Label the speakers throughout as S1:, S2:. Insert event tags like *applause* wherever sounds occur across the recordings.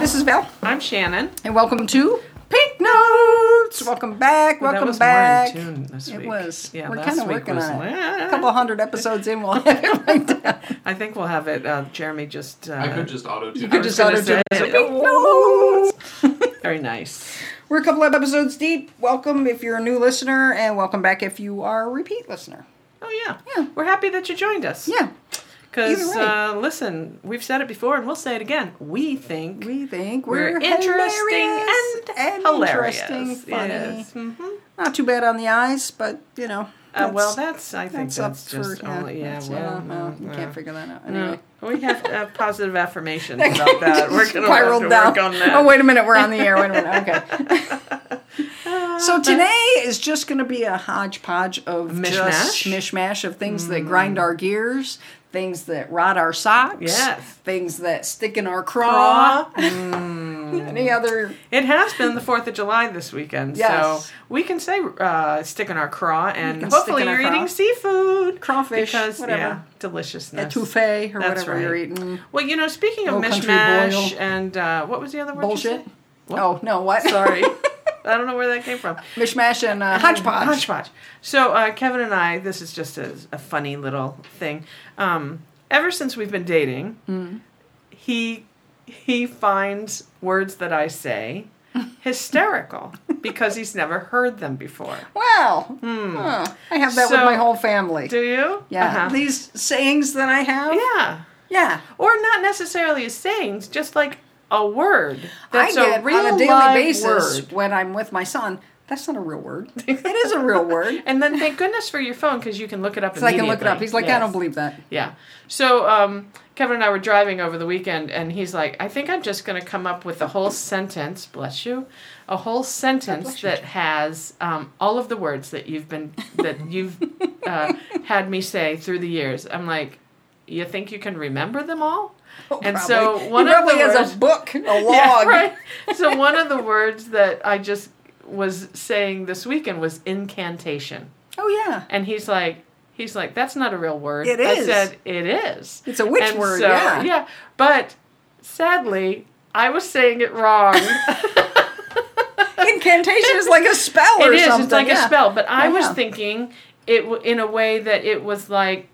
S1: This is Val,
S2: I'm Shannon.
S1: and welcome to Pink Notes. Welcome back.
S2: Well,
S1: Welcome
S2: that was
S1: back.
S2: More in tune this week.
S1: It was.
S2: Yeah,
S1: We're
S2: last
S1: kind of
S2: week
S1: working
S2: was, "Eh."
S1: on it. A couple hundred episodes in, we'll *laughs* have it right down.
S2: I think we'll have it. Uh, Jeremy just. Uh,
S3: I could just auto tune.
S2: I was
S1: just
S2: gonna
S1: auto-tune
S2: say-
S1: it. So,
S2: Very nice.
S1: *laughs* We're a couple of episodes deep. Welcome if you're a new listener, and welcome back if you are a repeat listener.
S2: Oh yeah.
S1: Yeah.
S2: We're happy that you joined us.
S1: Yeah,
S2: Because
S1: either way.
S2: uh, listen, we've said it before, and we'll say it again. We think
S1: we think
S2: we're,
S1: we're,
S2: interesting
S1: hilarious
S2: and, hilarious.
S1: interesting, funny.
S2: Yes. hmm
S1: Not too bad on the eyes, but you know.
S2: Uh, well, that's I think
S1: that's,
S2: that's,
S1: up
S2: just
S1: for
S2: only yeah.
S1: that's-
S2: well,
S1: no, you
S2: no,
S1: can't
S2: no.
S1: figure that out
S2: No,
S1: anyway.
S2: we have uh,
S1: *laughs*
S2: positive affirmations about *laughs* that. We're going to have
S1: Spiraled
S2: to
S1: down.
S2: work on that.
S1: Oh, wait a minute. We're on the air. Wait a minute. Okay.
S2: *laughs*
S1: so today is just going to be a hodgepodge of just mishmash of things that grind our gears, things that rot our socks,
S2: Yes.
S1: things that stick in our
S2: Craw.
S1: craw, Mm.
S2: *laughs*
S1: any other.
S2: It has been the Fourth of July this weekend,
S1: Yes.
S2: so we can say uh, stick in our craw, and
S1: can stick
S2: hopefully
S1: in our
S2: you're
S1: craw.
S2: eating seafood,
S1: Crawfish,
S2: because yeah,
S1: whatever.
S2: deliciousness.
S1: Etouffee or
S2: That's
S1: whatever
S2: right.
S1: you're eating.
S2: Well, you know, speaking of
S1: Low country
S2: mishmash
S1: boil.
S2: and uh, what was the other word?
S1: Bullshit.
S2: You
S1: Oh, no. What?
S2: said? Sorry, I don't know where that came from.
S1: *laughs* mishmash and uh, hodgepodge.
S2: Hodgepodge. So uh, Kevin and I, this is just a, a funny little thing. Um, ever since we've been dating,
S1: Mm.
S2: he he finds words that
S1: *laughs*
S2: I say hysterical because he's never heard them before.
S1: Wow. Huh. I have that with
S2: Hmm. So-
S1: my whole family.
S2: Do you?
S1: yeah.
S2: Uh-huh.
S1: These sayings that I have.
S2: Yeah.
S1: Yeah.
S2: Or not necessarily as sayings, just like a word. That's
S1: I get
S2: a real
S1: on a daily
S2: live
S1: basis
S2: word.
S1: when I'm with my son. That's not a real word. *laughs* it is a real
S2: *laughs*
S1: word.
S2: And then thank goodness for your phone because you can look it up.
S1: So I can look it up.
S2: immediately.
S1: He's like, I
S2: Yes.
S1: don't believe that.
S2: Yeah. So um, Kevin and I were driving over the weekend, and he's like, I think I'm just going to come up with a whole sentence, bless you, a whole sentence
S1: bless you.
S2: that has um, all of the words that you've been, that you've
S1: *laughs*
S2: uh, had me say through the years. I'm like, you think you can remember them all? and so
S1: Oh, Probably.
S2: one
S1: he
S2: of the
S1: probably has
S2: words,
S1: a book, a log.
S2: *laughs* Yeah, right. so one of the words that I just was saying this weekend was incantation.
S1: Oh yeah.
S2: And he's like, he's like, that's not a real word.
S1: It
S2: I
S1: is.
S2: said, it is.
S1: It's a witch
S2: And
S1: word,
S2: so-
S1: yeah.
S2: Yeah. *laughs* But sadly, I was saying it wrong.
S1: Incantation is like a spell *laughs*
S2: it
S1: or
S2: is.
S1: something.
S2: It's like
S1: yeah.
S2: a spell. But I
S1: Yeah,
S2: was
S1: yeah.
S2: thinking it w- in a way that it was like.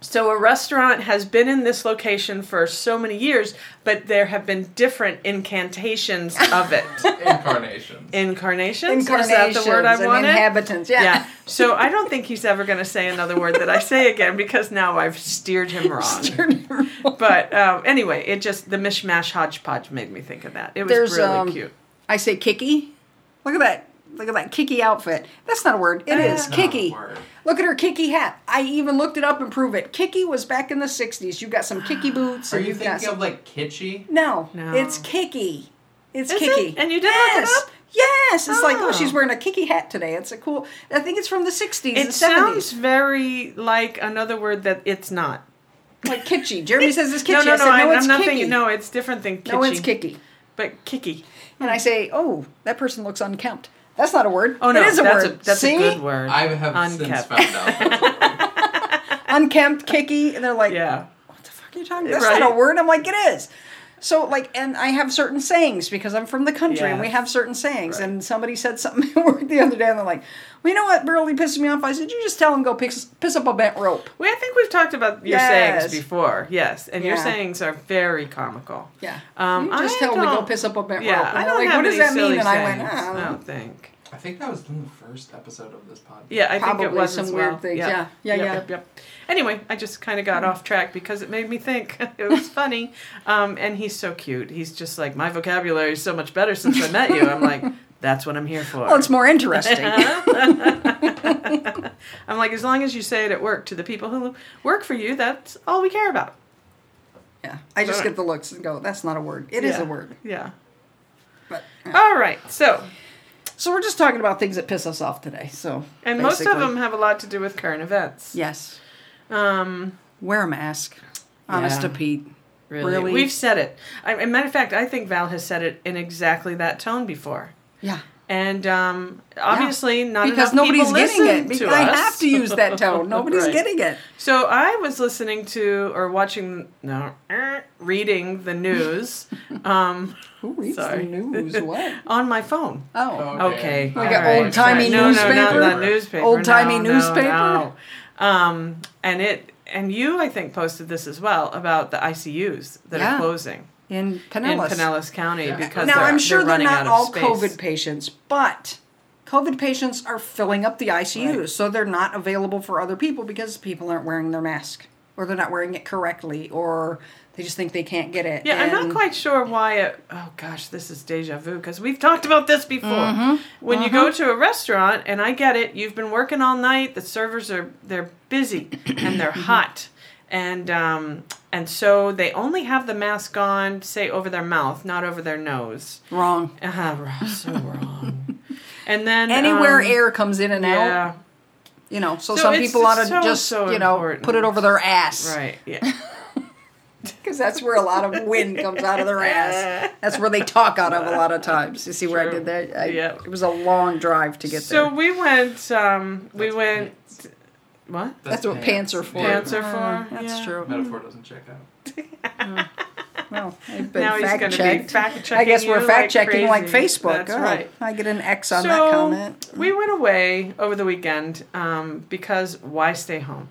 S2: So a restaurant has been in this location for so many years, but there have been different incantations
S1: *laughs*
S2: of it.
S3: *laughs* Incarnations.
S2: Incarnations? Is that
S1: Incarnations
S2: the word I
S1: and
S2: wanted?
S1: inhabitants. Yeah. *laughs*
S2: Yeah. So I don't think he's ever going to say another word that I say again because now I've steered him
S1: *laughs*
S2: wrong. But um, anyway, it just the mishmash hodgepodge made me think of that. It was
S1: There's,
S2: really
S1: um,
S2: cute.
S1: I say kicky. Look at that. Look at that kicky outfit. That's not a word. It is
S2: That's
S3: not a
S1: kicky.
S3: word.
S1: Look at her kicky hat. I even looked it up and prove it. Kicky was back in the '60s. You got some
S3: *gasps*
S1: kicky boots.
S3: Are
S1: and
S3: you
S1: have got
S3: thinking
S1: some,
S3: of like kitschy?
S1: No,
S2: No.
S1: it's kicky. It's
S2: Is
S1: kicky.
S2: it? And you did look it
S1: yes.
S2: up?
S1: Yes, it's like oh,
S2: Oh.
S1: she's wearing a kicky hat today. It's a cool. I think it's from the '60s
S2: It
S1: and
S2: sounds
S1: '70s.
S2: very like another word that it's not.
S1: *laughs* Like kitschy. Jeremy says it's kitschy.
S2: *laughs* No, no,
S1: I
S2: no.
S1: said, no,
S2: I,
S1: it's
S2: am not
S1: kicky.
S2: thinking. No, it's different than kitschy.
S1: No, it's kicky.
S2: But kicky.
S1: And I say, oh, that person looks unkempt. That's not a word.
S2: Oh no,
S1: it is a
S2: that's
S1: word.
S2: a that's
S1: See?
S2: a good word.
S3: I have since
S2: Unkept. *laughs*
S3: found out.
S1: Unkempt, kicky, and they're like,
S2: Yeah.
S1: what the fuck are you talking about? That's
S2: Right.
S1: not a word. I'm like, it is. So, like, and I have certain sayings because I'm from the country and we
S2: Yes.
S1: have certain sayings.
S2: Right.
S1: And somebody said something *laughs* at work the other day and they're like, well, you know what really pisses me off? I said, you just tell them go piss, piss up a bent rope.
S2: We, I think we've talked about your
S1: Yes.
S2: sayings before. Yes, and your
S1: Yeah.
S2: sayings are very comical.
S1: Yeah.
S2: Um,
S1: you just
S2: I
S1: tell them to go
S2: don't-
S1: piss up a bent
S2: Yeah,
S1: rope. And
S2: I
S1: they're
S2: don't
S1: like,
S2: have
S1: what does
S2: any
S1: that mean?
S2: silly
S1: And I went,
S2: sayings.
S1: "Ah, I don't
S2: I
S1: know." *laughs*
S2: don't think.
S3: I think that was in the first episode of this podcast.
S2: Yeah, I
S1: Probably
S2: think it was
S1: some
S2: as
S1: weird
S2: well.
S1: things,
S2: Yep.
S1: yeah. Yeah,
S2: yep,
S1: yeah.
S2: Yep, yep. Anyway, I just kind of got off track because it made me think. *laughs* it was funny, um, and he's so cute. He's just like my vocabulary is so much better since I met you. I'm like, *laughs* that's what I'm here for.
S1: Well, it's more *laughs* interesting.
S2: I'm like, as long as you say it at work to the people who work for you, that's all we care about.
S1: yeah. I just
S2: Right.
S1: get the looks and go, that's not a word. It is
S2: Yeah,
S1: a word.
S2: Yeah.
S1: But,
S2: All right. So,
S1: so we're just talking about things that piss us off today. So
S2: and most of
S1: basically-
S2: them have a lot to do with current events.
S1: Yes.
S2: Um,
S1: Wear a mask. Honest
S2: Yeah.
S1: to Pete.
S2: Really?
S1: Really?
S2: We've said it. I, a matter of fact, I think Val has said it in exactly that tone before.
S1: Yeah.
S2: And um, obviously, not
S1: because
S2: enough
S1: nobody's
S2: people
S1: getting
S2: listen
S1: it.
S2: To
S1: Because I
S2: us.
S1: have to use that
S2: *laughs*
S1: tone. Nobody's
S2: Right.
S1: getting it.
S2: So I was listening to or watching no er, reading the
S1: *laughs*
S2: news um,
S1: Who reads
S2: Sorry.
S1: the
S2: *laughs*
S1: news? What?
S2: on my phone.
S1: Oh,
S2: Okay.
S1: Like
S2: all
S1: an old-timey
S2: no, No,
S1: newspaper?
S2: no, not newspaper.
S1: Old-timey
S2: no, no,
S1: newspaper?
S2: no. Um, and it and you I think posted this as well about the ICUs that
S1: Yeah.
S2: are closing
S1: in Pinellas.
S2: in Pinellas County
S3: Yeah.
S2: because
S1: now
S2: they're,
S1: I'm sure they're,
S2: running
S1: not
S2: out of
S1: all
S2: space.
S1: COVID patients, but COVID patients are filling up the ICUs,
S2: Right.
S1: so they're not available for other people because people aren't wearing their mask, or they're not wearing it correctly, or they just think they can't get it.
S2: Yeah, I'm
S1: and-
S2: not quite sure why it. Oh gosh, this is deja vu because we've talked about this before.
S1: Mm-hmm.
S2: When you go to a restaurant, and I get it, you've been working all night. The servers are they're
S1: *clears throat*
S2: busy and
S1: Mm-hmm.
S2: they're hot, and um, and so they only have the mask on, say over their mouth, not over their nose.
S1: wrong.
S2: Uh, *laughs* we're
S1: *laughs*
S2: so wrong. and then
S1: Anywhere
S2: um,
S1: air comes in and out,
S2: Yeah,
S1: you know. So,
S2: So
S1: some
S2: it's-
S1: people ought to
S2: it's so,
S1: just,
S2: so
S1: you know, put it
S2: important.
S1: over their ass.
S2: right.
S1: *laughs*
S2: Yeah.
S1: Because that's where a lot of wind comes out of their
S2: *laughs*
S1: ass. That's where they talk out of a lot of times. You see where I
S2: True.
S1: did that? I,
S2: Yeah.
S1: It was a long drive to get
S2: so
S1: there.
S2: we went. Um, we
S3: That's
S2: went. What?
S1: That's what pants are for. Uh,
S2: Pants are for.
S1: That's
S2: yeah.
S1: true.
S3: Metaphor doesn't check out.
S1: Well, I've been
S2: now he's
S1: fact
S2: going to be
S1: checked.
S2: fact checking.
S1: I guess we're fact checking like,
S2: crazy.
S1: Facebook.
S2: That's
S1: Oh,
S2: right.
S1: I get an X on
S2: so
S1: that comment.
S2: we went away over the weekend um, because why stay home?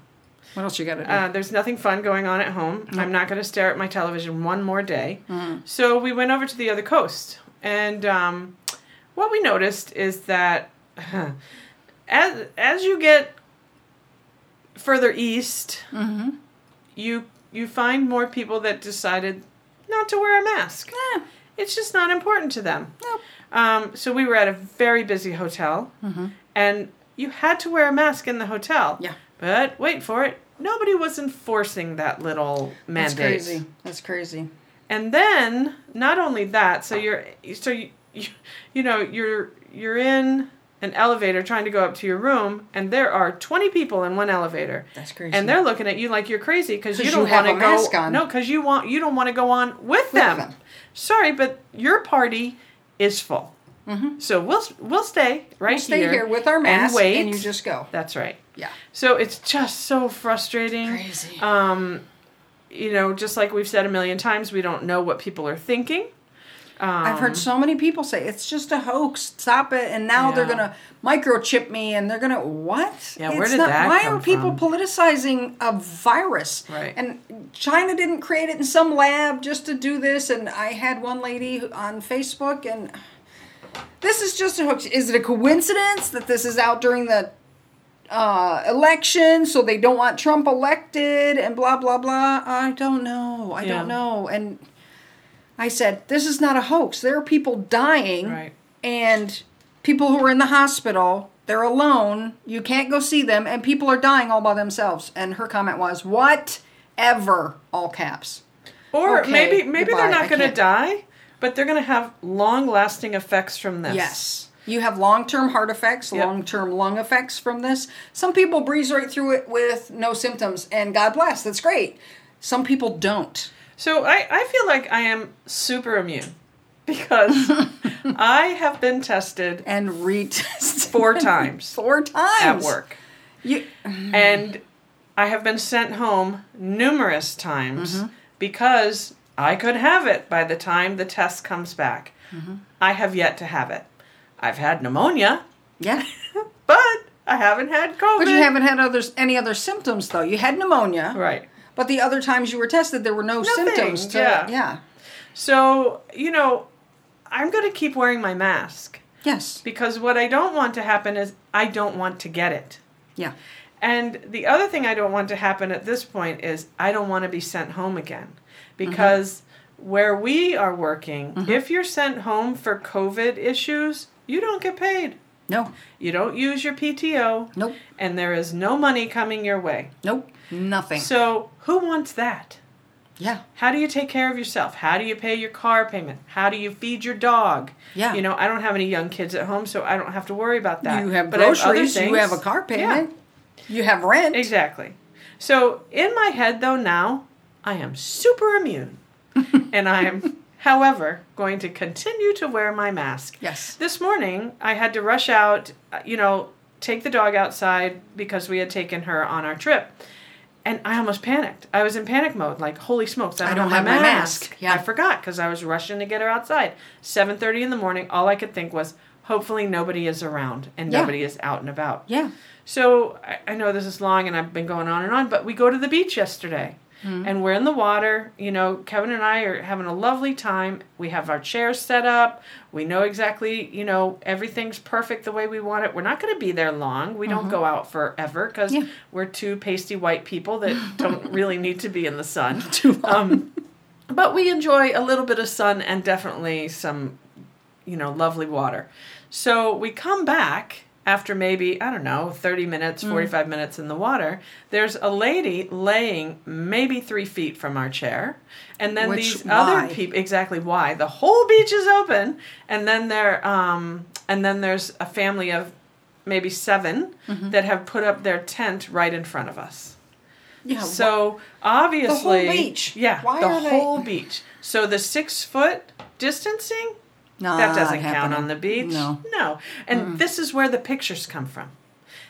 S1: What else you got to do?
S2: Uh, there's nothing fun going on at home. I'm not going to stare at my television one more day.
S1: Mm-hmm.
S2: So we went over to the other coast, and um, what we noticed is that *laughs* as as you get further east,
S1: Mm-hmm.
S2: you you find more people that decided not to wear a mask.
S1: Eh,
S2: It's just not important to them.
S1: Nope.
S2: Um, so we were at a very busy hotel, and you had to wear a mask in the hotel.
S1: Mm-hmm. Yeah.
S2: But wait for it. Nobody was enforcing that little
S1: that's
S2: mandate.
S1: crazy. That's crazy.
S2: And then not only that, so you're so you, you you know you're you're in an elevator trying to go up to your room, and there are twenty people in one elevator.
S1: That's crazy.
S2: And they're looking at you like you're crazy because
S1: 'Cause
S2: you don't
S1: you have
S2: want to
S1: a
S2: go.
S1: mask on.
S2: No, because you want you don't want to go on with, them.
S1: them.
S2: Sorry, but your party is full. So we'll we'll stay right
S1: Mm-hmm. We'll stay here with our mask,
S2: and wait.
S1: and you just go.
S2: That's right.
S1: Yeah.
S2: So it's just so frustrating.
S1: Crazy.
S2: Um, you know, just like we've said a million times, we don't know what people are thinking. Um,
S1: I've heard so many people say it's just a hoax. Stop it! And now they're
S2: Yeah.
S1: gonna microchip me, and they're gonna what?
S2: Yeah, where
S1: It's
S2: did that
S1: Why
S2: come
S1: are people
S2: from?
S1: politicizing a virus?
S2: Right.
S1: And China didn't create it in some lab just to do this. And I had one lady who- on Facebook, and this is just a hoax. Is it a coincidence that this is out during the uh, election, so they don't want Trump elected, and blah blah blah. I don't know. I
S2: Yeah.
S1: don't know. And I said, this is not a hoax. There are people dying,
S2: Right.
S1: and people who are in the hospital. They're alone. You can't go see them, and people are dying all by themselves. And her comment was, "What ever?" All caps.
S2: or
S1: okay,
S2: maybe maybe
S1: goodbye,
S2: they're
S1: I
S2: not going to
S1: can't.
S2: die, but they're going to have long lasting effects from this.
S1: Yes. You have long term heart effects,
S2: Yep.
S1: long term lung effects from this. Some people breeze right through it with no symptoms, and God bless, that's great. Some people don't.
S2: So I, I feel like I am super immune *laughs* because I have been tested
S1: And retest *laughs*
S2: four times
S1: four
S2: at
S1: times Mm-hmm.
S2: work.
S1: You,
S2: And I have been sent home numerous times
S1: Mm-hmm.
S2: because I could have it by the time the test comes back.
S1: Mm-hmm.
S2: I have yet to have it. I've had pneumonia,
S1: yeah,
S2: but I haven't had COVID.
S1: but you haven't had others any other symptoms though. You had pneumonia,
S2: Right.
S1: but the other times you were tested, there were no
S2: Nothing,
S1: symptoms. To,
S2: yeah.
S1: yeah,
S2: So, you know, I'm going to keep wearing my mask
S1: yes,
S2: because what I don't want to happen is I don't want to get it.
S1: yeah,
S2: And the other thing I don't want to happen at this point is I don't want to be sent home again because where we are working,
S1: Mm-hmm.
S2: if you're sent home for COVID issues, you don't get paid.
S1: no,
S2: You don't use your PTO.
S1: nope,
S2: And there is no money coming your way.
S1: nope, nothing.
S2: So, who wants that?
S1: yeah,
S2: How do you take care of yourself? How do you pay your car payment? How do you feed your dog?
S1: Yeah.
S2: You know, I don't have any young kids at home, so I don't have to worry about that.
S1: you have
S2: But I other
S1: groceries, you
S2: things.
S1: have a car
S2: Yeah.
S1: payment, you have rent.
S2: Exactly. *laughs* So in my head though now, I am super immune. and I'm However, going to continue to wear my mask.
S1: Yes.
S2: This morning, I had to rush out, uh, you know, take the dog outside because we had taken her on our trip. And I almost panicked. I was in panic mode, like, holy smokes, I don't, have my mask.
S1: Yeah.
S2: I forgot because I was rushing to get her outside. 7.30 in the morning, all I could think was, hopefully nobody is around and
S1: Yeah.
S2: nobody is out and about.
S1: Yeah.
S2: So I, I know this is long and I've been going on and on, but we go to the beach yesterday
S1: Hmm.
S2: and we're in the water. You know, Kevin and I are having a lovely time. We have our chairs set up. We know exactly, you know, everything's perfect the way we want it. We're not going to be there long. We don't go out forever because
S1: Uh-huh. Yeah.
S2: we're two pasty white people that
S1: *laughs*
S2: don't really need to be in the sun.
S1: Too long.
S2: Um, but we enjoy a little bit of sun and definitely some, you know, lovely water. So we come back after maybe, I don't know, 30 minutes,
S1: Mm.
S2: 45 minutes in the water. There's a lady laying maybe three feet from our chair. And then
S1: Which-
S2: these
S1: why?
S2: other people, exactly why. The whole beach is open. And then there, um, and then there's a family of maybe 7
S1: Mm-hmm.
S2: that have put up their tent right in front of us.
S1: yeah.
S2: So obviously,
S1: beach.
S2: Yeah,
S1: Why
S2: the
S1: are they-
S2: whole beach. So the six foot distancing
S1: Not
S2: that doesn't count
S1: happening.
S2: on the beach.
S1: Ah, No. Mm.
S2: no. And this is where the pictures come from.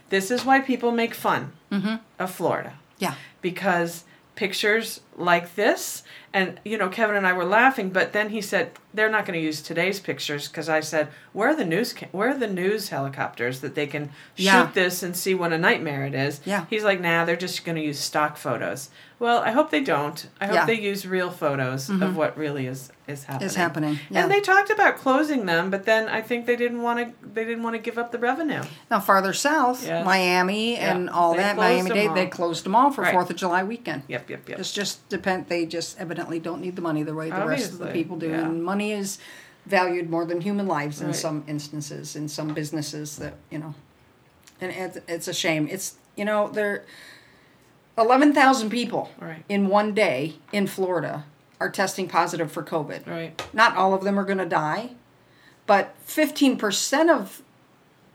S2: This is why people make fun
S1: Mm-hmm.
S2: of Florida
S1: Yeah.
S2: because pictures like this and you know Kevin and I were laughing but then he said they're not going to use today's pictures cuz I said where are the news ca- where are the news helicopters that they can
S1: Yeah.
S2: shoot this and see what a nightmare it is
S1: Yeah.
S2: he's like nah they're just going to use stock photos well I hope they don't I hope
S1: Yeah.
S2: they use real photos of what really is is happening
S1: It's happening. Yeah.
S2: and they talked about closing them but then I think they didn't want to they didn't want to give up the revenue
S1: now farther south,
S2: Yes.
S1: Miami and all
S2: They
S1: that,
S2: closed
S1: Miami
S2: them
S1: Dade,
S2: all.
S1: they closed them all for
S2: Right.
S1: Fourth of July weekend.
S2: yep yep yep
S1: It's just depend. They just evidently don't need the money the way the rest of the
S2: Obviously,
S1: people do,
S2: yeah.
S1: and money is valued more than human lives in
S2: Right.
S1: some instances in some businesses that you know, and it's, it's a shame. It's you know there, eleven thousand people
S2: Right.
S1: in one day in Florida are testing positive for COVID.
S2: right
S1: Not all of them are going to die, but fifteen percent of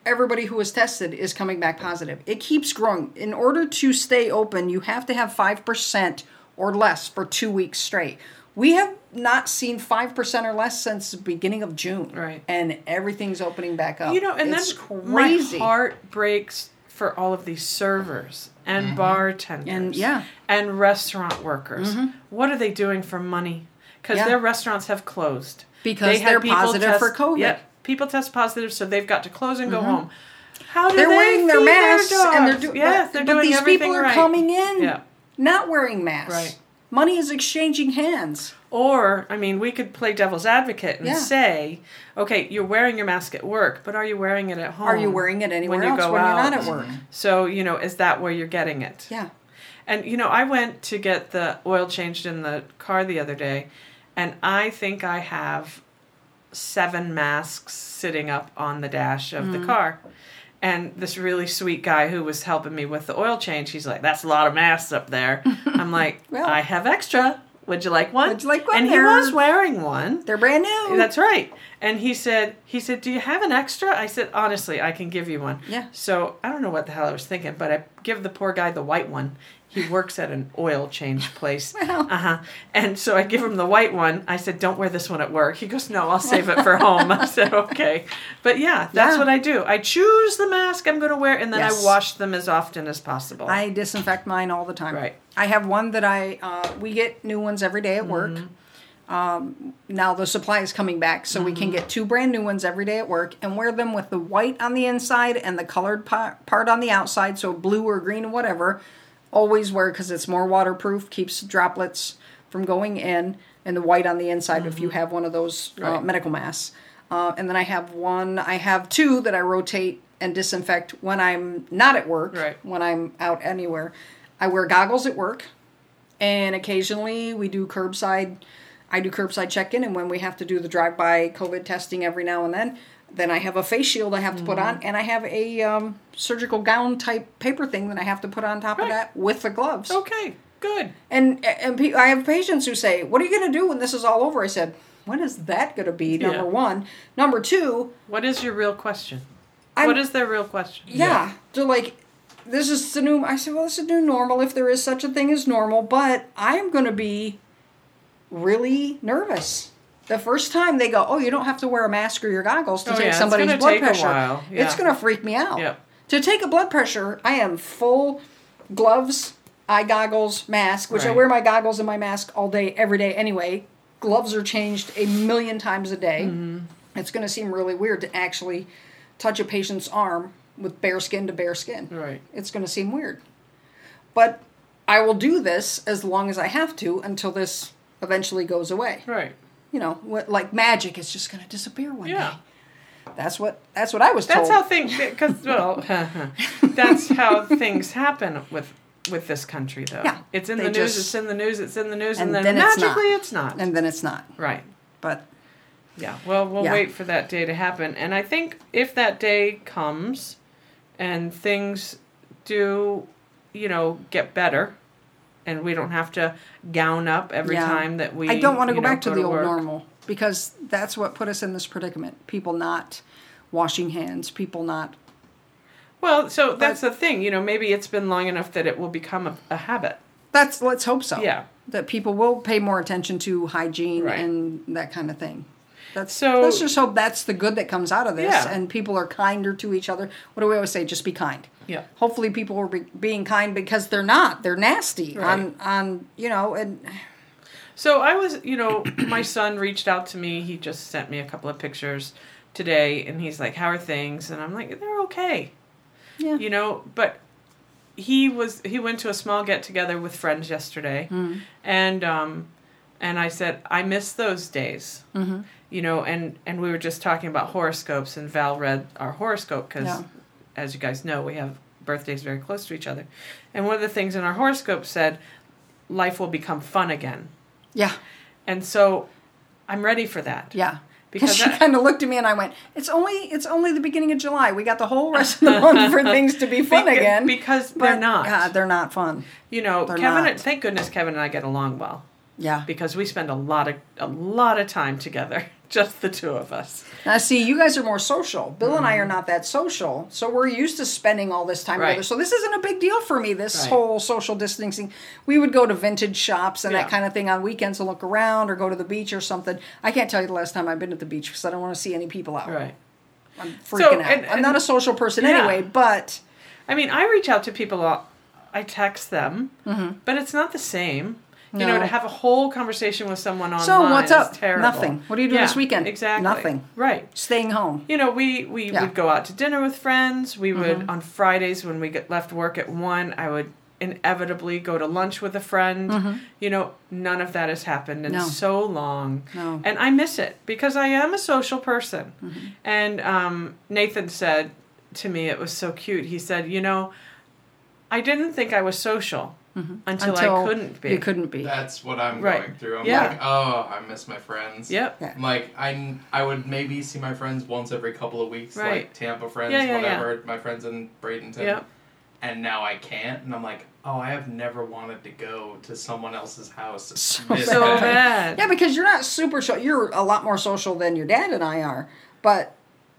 S1: everybody who was tested is coming back positive. It keeps growing. In order to stay open, you have to have 5% or less for two weeks straight. We have not seen 5% or less since the beginning of June.
S2: Right.
S1: And everything's opening back up.
S2: You know, and
S1: Oh, it's
S2: that's
S1: crazy.
S2: My heart breaks for all of these servers and bartenders
S1: Mm-hmm. And- yeah. Mm-hmm.
S2: and restaurant workers. What are they doing for money? Because
S1: Yeah.
S2: their restaurants have closed
S1: Because
S2: They had
S1: they're
S2: people
S1: positive for COVID. Mm-hmm.
S2: yeah, people test positive, so they've got to close and go home. How do
S1: they're
S2: they
S1: wearing their
S2: feed
S1: masks and they're
S2: dogs?
S1: doing
S2: yes,
S1: but,
S2: they're
S1: but
S2: doing
S1: these
S2: everything
S1: people are
S2: right.
S1: coming in
S2: Yeah.
S1: not wearing masks.
S2: Right.
S1: Money is exchanging hands.
S2: Or, I mean, we could play devil's advocate and
S1: Yeah.
S2: say, okay, you're wearing your mask at work, but are you wearing it at home?
S1: Are you wearing it anywhere
S2: Um, you
S1: else
S2: go
S1: when you're
S2: out?
S1: not at
S2: *laughs*
S1: work?
S2: So, you know, is that where you're getting it?
S1: Yeah.
S2: And, you know, I went to get the oil changed in the car the other day, and I think I have seven masks sitting up on the dash of
S1: Mm.
S2: the car. And this really sweet guy who was helping me with the oil change, he's like, that's a lot of masks up
S1: *laughs*
S2: there. I'm like,
S1: Well-
S2: I have extra. Would you like one?
S1: Would you like one? Oh.
S2: And he
S1: They're-
S2: was wearing one.
S1: They're brand new.
S2: That's right. And he said, he said, do you have an extra? I said, honestly, I can give you one.
S1: Yeah.
S2: So I don't know what the hell I was thinking, but I give the poor guy the white one. He works at an oil change place.
S1: *laughs* Well.
S2: Uh huh. And so I give him the white one. I said, don't wear this one at work. He goes, no, I'll save it for home. I
S1: *laughs*
S2: said, okay. But yeah, that's
S1: Yeah.
S2: what I do. I choose the mask I'm going to wear, and then
S1: Yes.
S2: I wash them as often as possible.
S1: I disinfect mine all the time.
S2: Right.
S1: I have one that I uh, we get new ones every day at
S2: Mm-hmm.
S1: work. Um, now the supply is coming back, so we can
S2: Mm-hmm.
S1: get two brand new ones every day at work and wear them with the white on the inside and the colored pa- part on the outside, so blue or green or whatever. Always wear because it's more waterproof, keeps droplets from going in, and the white on the inside if you have one of those uh,
S2: Mm-hmm. Right.
S1: medical masks. Uh, and then I have one, I have two that I rotate and disinfect when I'm not at work
S2: Right.
S1: when I'm out anywhere. I wear goggles at work, and occasionally we do curbside. I do curbside check-in, and when we have to do the drive-by COVID testing every now and then, then I have a face shield I have to put
S2: Mm.
S1: on, and I have a um, surgical gown type paper thing that I have to put on top of
S2: Right.
S1: that with the gloves.
S2: okay, good.
S1: And and pe- I have patients who say, "What are you going to do when this is all over?" I said, "When is that going to be?" Number
S2: Yeah.
S1: one. Number two,
S2: What is your real question?
S1: I'm-
S2: what is their real question?
S1: yeah. They're like, this is the new. I said, well, this is new normal if there is such a thing as normal, but I'm going to be really nervous the first time they go, oh, you don't have to wear a mask or your goggles to
S2: Oh,
S1: take
S2: yeah, it's
S1: somebody's
S2: gonna
S1: blood
S2: take a
S1: pressure.
S2: while,
S1: It's
S2: yeah.
S1: going to freak me out.
S2: Yep.
S1: To take a blood pressure, I am full gloves, eye goggles, mask, which I
S2: Right.
S1: wear my goggles and my mask all day, every day anyway. Gloves are changed a million times a day.
S2: Mm-hmm.
S1: It's going to seem really weird to actually touch a patient's arm with bare skin to bare skin
S2: Right.
S1: it's going to seem weird. But I will do this as long as I have to until this eventually goes away.
S2: Right.
S1: You know, what, like magic, it's just going to disappear one
S2: Yeah.
S1: day. That's what that's what I was
S2: That's
S1: told.
S2: how things
S1: *laughs*
S2: because well, that's how things happen with with this country though.
S1: Yeah,
S2: It's in
S1: they
S2: the news.
S1: just-
S2: It's in the news. It's in the news,
S1: and
S2: and, then,
S1: then it's not.
S2: magically it's not.
S1: and then it's not.
S2: right.
S1: But
S2: Yeah. Well, we'll
S1: Yeah.
S2: wait for that day to happen, and I think if that day comes, and things do, you know, get better, and we don't have to gown up every
S1: Yeah.
S2: time that we.
S1: I don't want to
S2: you
S1: go
S2: know,
S1: back to the old
S2: work.
S1: normal because that's what put us in this predicament. People not washing hands, people not
S2: Well, so that's the thing. You know, maybe it's been long enough that it will become a, a habit.
S1: That's let's hope so.
S2: Yeah.
S1: That people will pay more attention to hygiene
S2: Right.
S1: and that kind of thing. That's so
S2: So-
S1: let's just hope that's the good that comes out of this
S2: Yeah.
S1: and people are kinder to each other. What do we always say? Just be kind.
S2: Yeah.
S1: Hopefully people are be, being kind because they're not. They're nasty on
S2: Right.
S1: on you know and
S2: So I was, you know, *clears throat* my son reached out to me. He just sent me a couple of pictures today, and he's like, "How are things?" And I'm like, "They're okay,"
S1: yeah.
S2: you know. But he was he went to a small get together with friends yesterday, and um, and I said I miss those days, mm-hmm. you know. And and we were just talking about horoscopes, and Val read our horoscope because,
S1: Yeah.
S2: as you guys know, we have birthdays very close to each other, and one of the things in our horoscope said, "Life will become fun again."
S1: Yeah.
S2: And so I'm ready for that.
S1: Yeah. Because
S2: Because
S1: she
S2: I-
S1: kind of looked at me and I went, "It's only it's only the beginning of July. We got the whole rest of
S2: *laughs*
S1: the month for things to be fun
S2: Beca-
S1: again."
S2: because they're not.
S1: Yeah, they're not fun.
S2: You know,
S1: They're
S2: Kevin
S1: not.
S2: thank goodness Kevin and I get along well
S1: Yeah.
S2: because we spend a lot of a lot of time together, *laughs* just the two of us.
S1: Now, see, you guys are more social. Bill and I
S2: Mm-hmm.
S1: are not that social, so we're used to spending all this time
S2: Right.
S1: together. So this isn't a big deal for me. This
S2: Right.
S1: whole social distancing. We would go to vintage shops and
S2: Yeah.
S1: that kind of thing on weekends to look around, or go to the beach or something. I can't tell you the last time I've been at the beach because I don't want to see any people out.
S2: Right.
S1: I'm freaking
S2: So,
S1: out.
S2: and-
S1: I'm not
S2: and-
S1: a social person
S2: Yeah.
S1: anyway, but
S2: I mean, I reach out to people all I text them, but it's not the same. You know,
S1: Mm-hmm. No.
S2: to have a whole conversation with someone online
S1: So, what's
S2: is
S1: up?
S2: terrible.
S1: Nothing. What are you doing
S2: Yeah,
S1: this weekend?
S2: Exactly.
S1: Nothing.
S2: Right.
S1: staying home.
S2: you know, we we
S1: Yeah. Mm-hmm.
S2: would go out to dinner with friends. We would on Fridays when we get left work at one, I would inevitably go to lunch with a friend. You know, none of that has happened in
S1: Mm. No.
S2: so long,
S1: No.
S2: and I miss it because I am a social person.
S1: Mm-hmm.
S2: And um, Nathan said to me, it was so cute. He said, you know, I didn't think I was social until, I couldn't be.
S1: Mm-hmm. You couldn't be.
S3: That's what I'm
S2: Right.
S3: going through. I'm
S2: Yeah.
S3: like, oh, I miss my friends.
S2: Yep.
S1: Yeah.
S3: I'm Like I, I would maybe see my friends once every couple of weeks, like
S2: Right.
S3: Tampa friends,
S2: Yeah, yeah, yeah.
S3: whatever. My friends in Bradenton,
S2: Yep.
S3: and now I can't. And I'm like, oh, I have never wanted to go to someone else's house.
S1: So
S3: Miss
S2: So
S3: that.
S1: *laughs*
S2: bad.
S1: Yeah, because you're not super so you're a lot more social than your dad and I are. But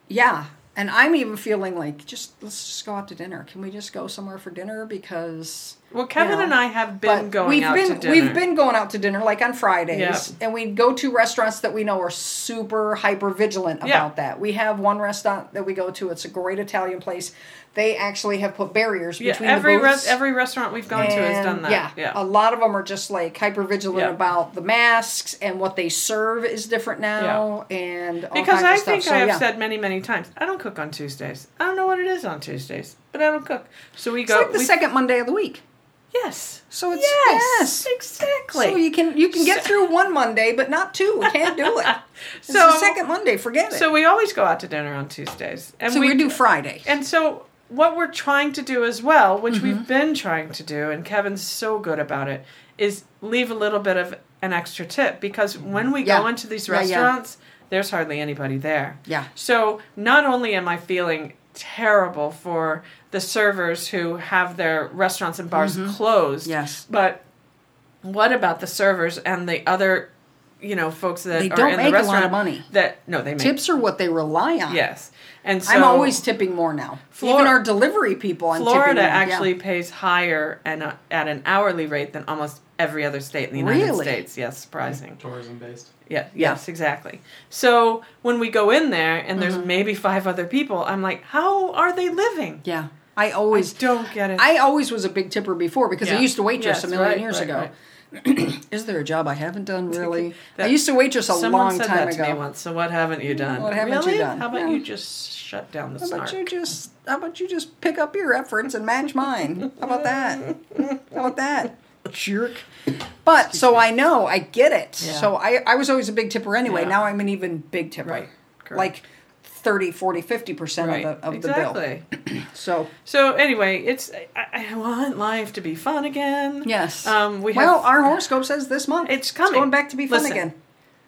S1: yeah, and I'm even feeling like just let's just go out to dinner. Can we just go somewhere for dinner because
S2: Well, Kevin
S1: know,
S2: and I have been
S1: but
S2: going
S1: we've
S2: out
S1: been
S2: to dinner.
S1: we've been going out to dinner like on Fridays
S2: Yeah.
S1: and we go to restaurants that we know are super hyper vigilant about
S2: Yeah.
S1: that. We have one restaurant that we go to, it's a great Italian place. They actually have put barriers
S2: Yeah,
S1: between
S2: every
S1: the booths.
S2: res- every restaurant we've gone to has done
S1: And,
S2: that.
S1: yeah, a lot of them are just like hyper vigilant
S2: Yeah.
S1: about the masks and what they serve is different now, and all
S2: Because
S1: kinds
S2: I
S1: of stuff.
S2: think
S1: So,
S2: I have
S1: yeah.
S2: said many, many times, I don't cook on Tuesdays. I don't know what it is on Tuesdays, but I don't cook. So we
S1: it's
S2: go.
S1: like the
S2: we-
S1: second Monday of the week.
S2: Yes.
S1: So it's yes,
S2: Yes. Exactly.
S1: So you can you can get
S2: So-
S1: through one Monday, but not two. We can't do
S2: *laughs*
S1: it. It's
S2: So-
S1: the second Monday. Forget it.
S2: So we always go out to dinner on Tuesdays, and
S1: so
S2: we
S1: we do Friday.
S2: And so what we're trying to do as well, which
S1: Mm-hmm.
S2: we've been trying to do, and Kevin's so good about it, is leave a little bit of an extra tip because when we go
S1: Mm-hmm. Yeah.
S2: into these
S1: Yeah, yeah.
S2: restaurants, there's hardly anybody there.
S1: Yeah.
S2: So not only am I feeling terrible for the servers who have their restaurants and bars closed,
S1: Mm-hmm. Yes.
S2: but what about the servers and the other, you know, folks that
S1: They
S2: are
S1: don't
S2: in
S1: make a lot
S2: the
S1: of
S2: restaurant
S1: money.
S2: That no, they make
S1: Tips are what they rely on.
S2: Yes, and so
S1: I'm always tipping more now.
S2: Flor-
S1: Even our delivery people, I'm tipping
S2: Florida
S1: more. Yeah.
S2: actually pays higher and uh, at an hourly rate than almost every other state in the United
S1: Really? Mm.
S2: States. Yes, surprising.
S3: Tourism based.
S2: Yeah, yes, exactly. So when we go in there and there's
S1: Mm-hmm.
S2: maybe five other people, I'm like, how are they living?
S1: Yeah. I
S2: I
S1: always
S2: don't get it.
S1: I always was a big tipper before because
S2: Yeah.
S1: I used to waitress
S2: Yes,
S1: a million
S2: right,
S1: years
S2: right,
S1: ago.
S2: right.
S1: *clears throat* Is there a job I haven't
S2: *laughs*
S1: done really? I
S2: That-
S1: used to waitress a
S2: Someone
S1: long
S2: said
S1: time
S2: that
S1: ago.
S2: to me once. So what haven't you done?
S1: What haven't you
S2: really?
S1: done?
S2: How about
S1: Yeah.
S2: you just shut down the
S1: How about
S2: snark?
S1: you just how about you just pick up your efforts and match mine? How about that? How about that? Jerk. But so I know, I get it.
S2: Yeah.
S1: So I, I was always a big tipper anyway.
S2: Yeah.
S1: Now I'm an even big tipper.
S2: Right. Correct.
S1: Like 30, 40, 50%
S2: right.
S1: of, the, of the bill.
S2: exactly.
S1: So,
S2: So anyway, it's I, I want life to be fun again.
S1: yes.
S2: Um, we have,
S1: well, our horoscope says this month.
S2: It's coming.
S1: going back to be fun
S2: Listen.
S1: again.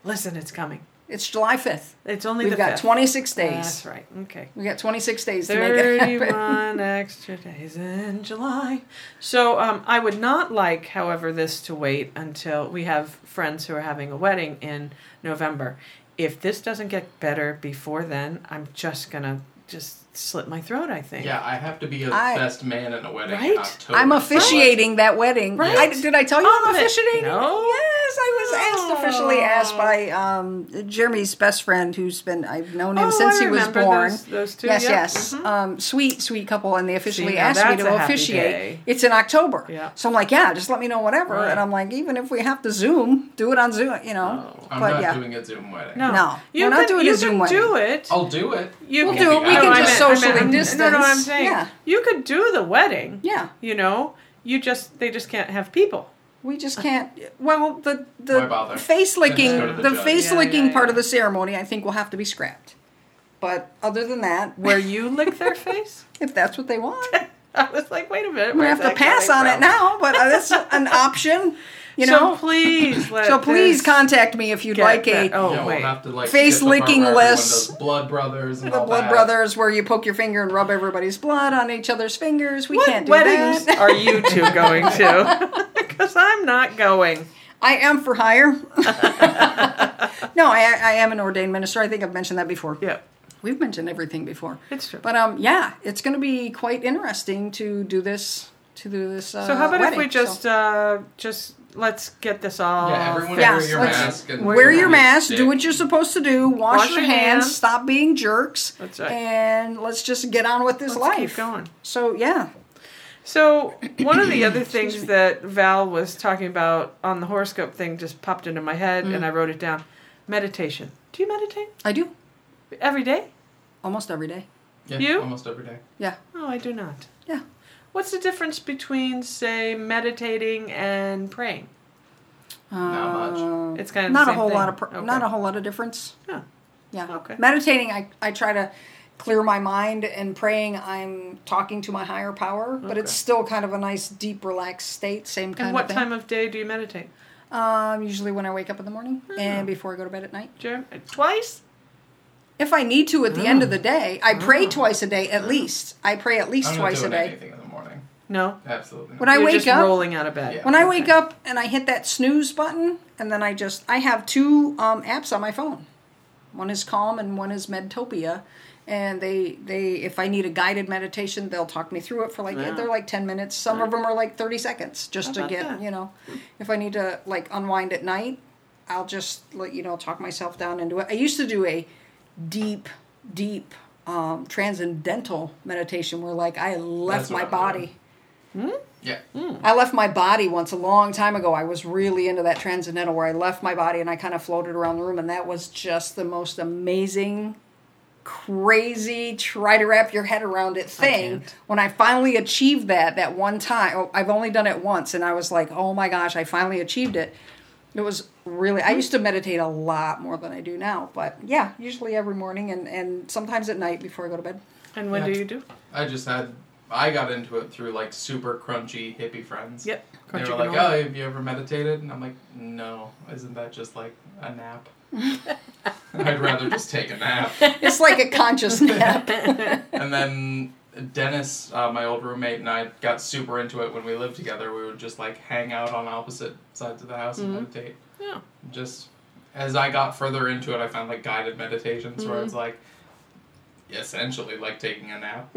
S2: listen, it's coming.
S1: It's July 5th.
S2: It's only
S1: We've
S2: the
S1: got
S2: 5th.
S1: 26 days.
S2: That's right. Okay.
S1: We got 26 days to make it happen.
S2: 31 extra days in July. So um, I would not like, however, this to wait until we have friends who are having a wedding in November. If this doesn't get better before then, I'm just gonna just slit my throat. I think.
S3: Yeah, I have to be a
S1: I-
S3: best man in a wedding
S2: Right?
S3: in
S1: *laughs*
S3: October.
S1: I'm officiating that wedding.
S2: Right.
S1: I, did I tell you
S2: All
S1: I'm
S2: of it.
S1: officiating?
S2: No. Oh.
S1: Yes, I was asked officially asked by um, Jeremy's best friend, who's been I've known him
S2: Oh,
S1: since
S2: I
S1: he was
S2: remember
S1: born.
S2: Those, those two.
S1: yes,
S2: yeah.
S1: yes.
S2: Mhm.
S1: Um, sweet, sweet couple, and they officially
S2: now
S1: asked me
S2: that's a
S1: to
S2: happy
S1: officiate.
S2: day.
S1: It's in October.
S2: Yeah.
S1: So I'm like, yeah, just let me know whatever.
S2: Right.
S1: And I'm like, even if we have to Zoom, do it on Zoom, you know.
S2: Oh.
S3: I'm
S1: but
S3: not
S1: yeah.
S3: doing a Zoom wedding.
S2: No,
S1: No,
S2: you
S1: we're
S2: can,
S1: not doing a
S2: you
S1: Zoom
S2: can do
S1: wedding.
S2: it.
S3: I'll do it.
S2: You
S1: We'll
S2: can
S1: do it. We
S2: no,
S1: can
S2: I
S1: just
S2: meant- I meant-
S1: socially
S2: I'm- No, no, I'm
S1: distance.
S2: saying
S1: Yeah.
S2: you could do the wedding.
S1: Yeah.
S2: You know, you just they just can't have people.
S1: We
S2: Uh,
S1: just can't. Well, the
S3: Why
S1: the
S3: bother?
S1: face licking,
S3: Then just go
S1: the,
S3: to the judge.
S1: face
S2: Yeah,
S1: licking
S2: yeah,
S1: part
S2: yeah.
S1: of the ceremony, I think will have to be scrapped. But other than
S2: *laughs*
S1: that,
S2: Where you lick
S1: *laughs*
S2: their face?
S1: if that's what they want,
S2: I was like, wait a minute.
S1: we
S2: where's
S1: have to
S2: that coming
S1: pass on it
S2: from?
S1: now. But uh,
S2: *laughs*
S1: that's an option, you
S2: So
S1: know.
S2: please let.
S1: So please
S2: this
S1: contact me if you'd
S2: uh, get
S1: like a
S2: that- Oh
S3: yeah,
S2: wait.
S3: we'll have to like
S1: Face
S3: get the part
S1: licking
S3: where everyone
S1: less.
S3: does Blood Brothers and
S1: the
S3: all
S1: blood
S3: that.
S1: brothers where you poke your finger and rub everybody's blood on each other's fingers. We
S2: what
S1: can't do
S2: weddings
S1: that.
S2: are you two going to? *laughs* Because I'm not going.
S1: *laughs* I am for
S2: *laughs*
S1: hire. *laughs* no, I, I am an ordained minister. I think I've mentioned that before.
S2: Yeah,
S1: We've mentioned everything before.
S2: it's true.
S1: But um, yeah, it's going to be quite interesting to do this. To do this. Uh,
S2: so how about if
S1: wedding,
S2: we just
S1: so.
S2: uh just let's get this all
S3: Yeah, everyone
S1: Yes,
S3: wear your
S1: let's-
S3: mask and
S1: wear your mask,
S3: stick.
S1: do what you're supposed to do, wash, your hands, stop being jerks,
S2: That's right.
S1: and let's just get on with this
S2: Let's
S1: life.
S2: keep going.
S1: So yeah,
S2: So one of the other things that Val was talking about on the horoscope thing just popped into my head, and
S1: Mm.
S2: I wrote it down. Meditation. Do you meditate
S1: I do
S2: every day?
S1: almost every day.
S3: Yeah,
S2: You?
S3: almost every day.
S1: Yeah,
S2: No, Oh, I do not.
S1: yeah.
S2: What's the difference between, say, meditating and praying?
S3: Not much.
S1: Uh,
S2: It's kind of the
S1: not a
S2: same
S1: whole
S2: thing.
S1: lot of pr-
S2: Okay.
S1: not a whole lot of difference.
S2: Yeah.
S1: Yeah.
S2: Okay.
S1: Meditating, I I try to clear my mind, and praying, I'm talking to my higher power, but it's
S2: Okay.
S1: still kind of a nice, deep, relaxed state. Same kind
S2: And what
S1: of thing.
S2: time of day do you meditate,
S1: Um, usually when I wake up in the morning
S2: Hmm.
S1: and before I go to bed at night.
S2: Jeremy? uh, Twice.
S1: If I need to at the end of
S2: Hmm.
S1: the day, I pray twice a day at least. I pray at least
S3: I'm
S1: twice
S3: not
S1: a
S3: doing
S1: day.
S3: anything in the morning.
S2: No.
S3: Absolutely.
S1: When I
S2: You're
S1: wake
S2: just
S1: up-
S2: rolling out of bed.
S3: Yeah.
S1: When I
S2: Okay.
S1: wake up and I hit that snooze button, and then I just I have two um, apps on my phone. One is Calm and one is Medtopia, and they they if I need a guided meditation, they'll talk me through it for like
S2: Wow.
S1: they're like ten minutes. Some of them are like thirty seconds, just
S2: How
S1: to
S2: about
S1: get
S2: that?
S1: you know. If I need to like unwind at night, I'll just let you know talk myself down into it. I used to do a deep, deep um, transcendental meditation where like I left
S3: That's
S1: my
S3: what I'm
S1: body.
S3: doing. Yeah.
S1: I left my body once a long time ago. I was really into that transcendental where I left my body and I kind of floated around the room, and that was just the most amazing, crazy, try to wrap your head around it thing.
S2: can't.
S1: when I finally achieved that, that one time, oh, I've only done it once, and I was like, oh my gosh, I finally achieved it. It was really, I used to meditate a lot more than I do now, but yeah, usually every morning and, and sometimes at night before I go to bed.
S2: And when
S3: Yeah.
S2: do you do?
S3: I just had. I got into it through like super crunchy hippie friends.
S2: Yep.
S3: They
S2: Crunchy
S3: were like,
S2: granola.
S3: "Oh, have you ever meditated?" And I'm like, "No, isn't that just like a
S1: *laughs*
S3: nap? I'd rather just take a nap."
S1: It's like a *laughs* conscious nap.
S3: And then Dennis, uh, my old roommate, and I got super into it when we lived together. We would just like hang out on opposite sides of the house
S1: Mm-hmm.
S3: and meditate.
S2: Yeah.
S3: Just as I got further into it, I found like guided meditations where
S1: Mm-hmm.
S3: it's like essentially like taking a nap.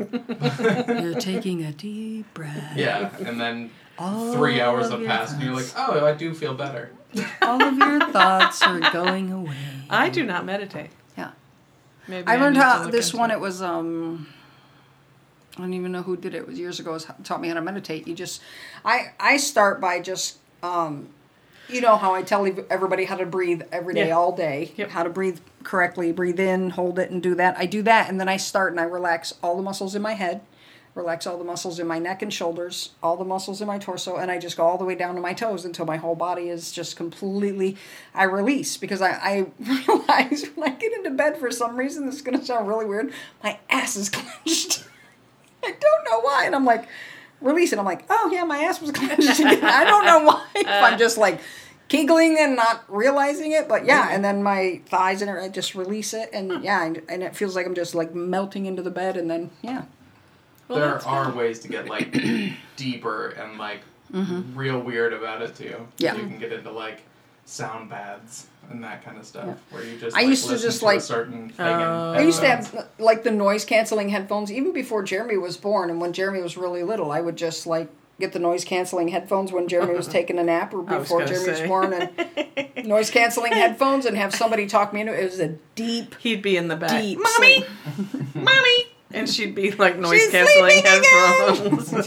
S1: You're taking a deep breath.
S3: yeah, and then
S1: All
S3: three hours
S1: of
S3: have
S1: your
S3: passed, and you're like,
S1: thoughts.
S3: oh, I do feel better.
S1: All of
S3: *laughs*
S1: your thoughts are going away.
S2: I do not meditate.
S1: Yeah.
S2: Maybe
S1: I learned
S2: need to
S1: how
S2: look
S1: this
S2: into
S1: one.
S2: it.
S1: It was um, I don't even know who did it. It was years ago. It was- taught me how to meditate. You just, I I start by just um, you know how I tell ev- everybody how to breathe every day,
S2: Yeah.
S1: all day,
S2: Yep.
S1: how to breathe correctly, breathe in, hold it, and do that. I do that, and then I start and I relax all the muscles in my head. Relax all the muscles in my neck and shoulders, all the muscles in my torso, and I just go all the way down to my toes until my whole body is just completely. I release because I, I *laughs* realize when I get into bed for some reason, this is going to sound really weird. My ass is clenched. *laughs* I don't know why. And I'm like, release it. I'm like, oh yeah, my ass was *laughs* clenched again. I don't know why. *laughs* If I'm
S2: Uh.
S1: just like giggling and not realizing it, but
S2: Mm-hmm.
S1: yeah. And then my thighs and I just release it,
S2: Hmm.
S1: and yeah, and, and it feels like I'm just like melting into the bed, and then yeah,
S2: Well,
S3: there
S2: that's
S3: are ways to
S1: *clears throat*
S3: get like deeper and like real weird about it too.
S1: Mm-hmm. Yeah.
S3: you can get into like sound baths and that kind of stuff where you just.
S1: I
S3: like,
S1: used to
S3: listen
S1: just,
S3: a
S1: like-
S3: certain thing.
S2: Oh.
S1: I
S3: Uh.
S1: used to have like the noise canceling headphones even before Jeremy was born, and when Jeremy was really little, I would just like get the noise canceling headphones when Jeremy
S2: *laughs*
S1: was taking a nap or
S2: I was
S1: before
S2: gonna
S1: Jeremy was
S2: say.
S1: born, and
S2: *laughs*
S1: noise canceling headphones, and have somebody talk me into it. It was a deep,
S2: He'd be in the back.
S1: deep, *laughs*
S2: mommy,
S1: sleep.
S2: mommy, and she'd be like noise
S1: She's
S2: canceling
S1: sleeping again.
S2: *laughs* headphones.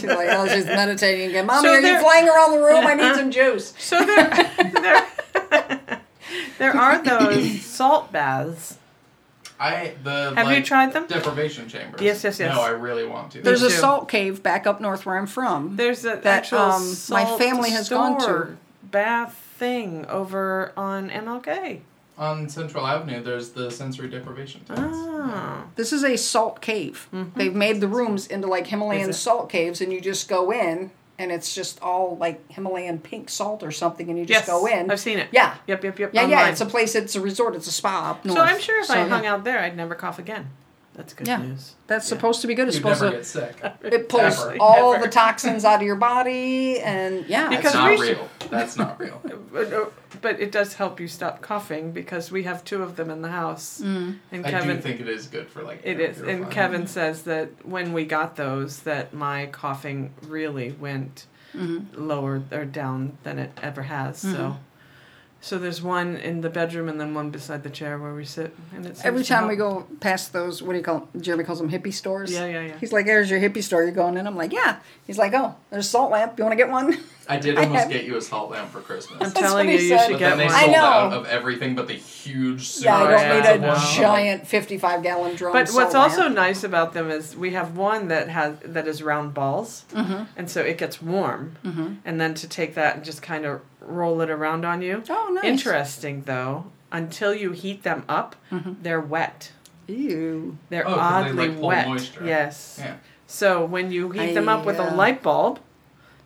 S1: *laughs* She's like, oh, she's meditating again. Mommy,
S2: So
S1: are you
S2: there-
S1: flying around the room? I
S2: *laughs*
S1: need some juice.
S2: So there, there, there are those salt baths.
S3: I the
S2: Have you
S3: like,
S2: tried them?
S3: Deprivation chambers.
S2: Yes, yes, yes.
S3: No, I really want to.
S1: There's a
S2: too.
S1: salt cave back up north where I'm from.
S2: There's an
S1: That,
S2: actual
S1: um, my
S2: salt
S1: family has gone to.
S2: store bath thing over on MLK.
S3: On Central Avenue, there's the sensory deprivation tents.
S2: Oh.
S1: This is a salt cave. They've made the rooms into like Himalayan
S2: Mm-hmm. Is it?
S1: salt caves, and you just go in, and it's just all like Himalayan pink salt or something, and you just
S2: yes,
S1: go in.
S2: I've seen it.
S1: Yeah.
S2: Yep, yep, yep.
S1: Yeah, yeah.
S2: online.
S1: It's a place. It's a resort. It's a spa up north.
S2: so I'm sure if I
S1: So,
S2: hung
S1: yeah.
S2: out there, I'd never cough again. That's good
S1: Yeah.
S2: news.
S1: that's
S2: Yeah.
S1: supposed to be good. It's
S3: You
S1: supposed
S3: never
S1: to.
S3: get
S1: *laughs*
S3: sick.
S1: It pulls
S3: Ever.
S1: all
S2: Ever.
S1: the toxins out of your body, and yeah, it's-
S2: Because
S3: That's not
S2: we should-
S3: real. That's not real.
S2: But, uh, but it does help you stop coughing because we have two of them in the house. *laughs*
S1: Mm.
S2: And
S3: I do
S2: Kevin,
S3: think it is good for like.
S2: it
S3: your
S2: is. And
S3: purifying.
S2: Kevin says that when we got those, that my coughing really went
S1: mm-hmm.
S2: lower or down than it ever has. So. So there's one in the bedroom and then one beside the chair where we sit, and it's
S1: Every time we go past those, what do you call? Jeremy calls them hippie stores.
S2: Yeah, yeah, yeah.
S1: He's like, "There's your hippie store. You're going in." I'm like, "Yeah." He's like, "Oh, there's a salt lamp. You want to get one?" *laughs*
S3: I did
S1: I
S3: almost
S1: have-
S3: get you a salt lamp for
S2: I'm
S3: Christmas.
S1: That's
S2: telling
S1: what
S2: you,
S1: he
S2: you
S1: said.
S2: should
S3: But
S2: get
S3: then they
S2: one.
S1: I
S3: sold
S1: know.
S3: out of everything but the huge, super
S1: Yeah, I
S2: Yeah.
S1: don't need a
S3: expensive one.
S1: giant 55 gallon drum.
S2: But
S1: salt
S2: what's also
S1: lamp.
S2: nice about them is we have one that has that is round balls,
S1: Mm-hmm.
S2: and so it gets warm, and then to take that and just kind of roll it around on you.
S1: Oh, nice.
S2: Interesting though, until you heat them up,
S1: Mm-hmm.
S2: they're wet.
S1: Ew.
S2: They're
S3: Oh, 'cause they,
S2: oddly
S3: like, pull
S2: wet.
S3: moisture.
S2: Yes.
S3: Yeah.
S2: So when you heat them up with
S1: I,
S2: a
S1: uh,
S2: light bulb,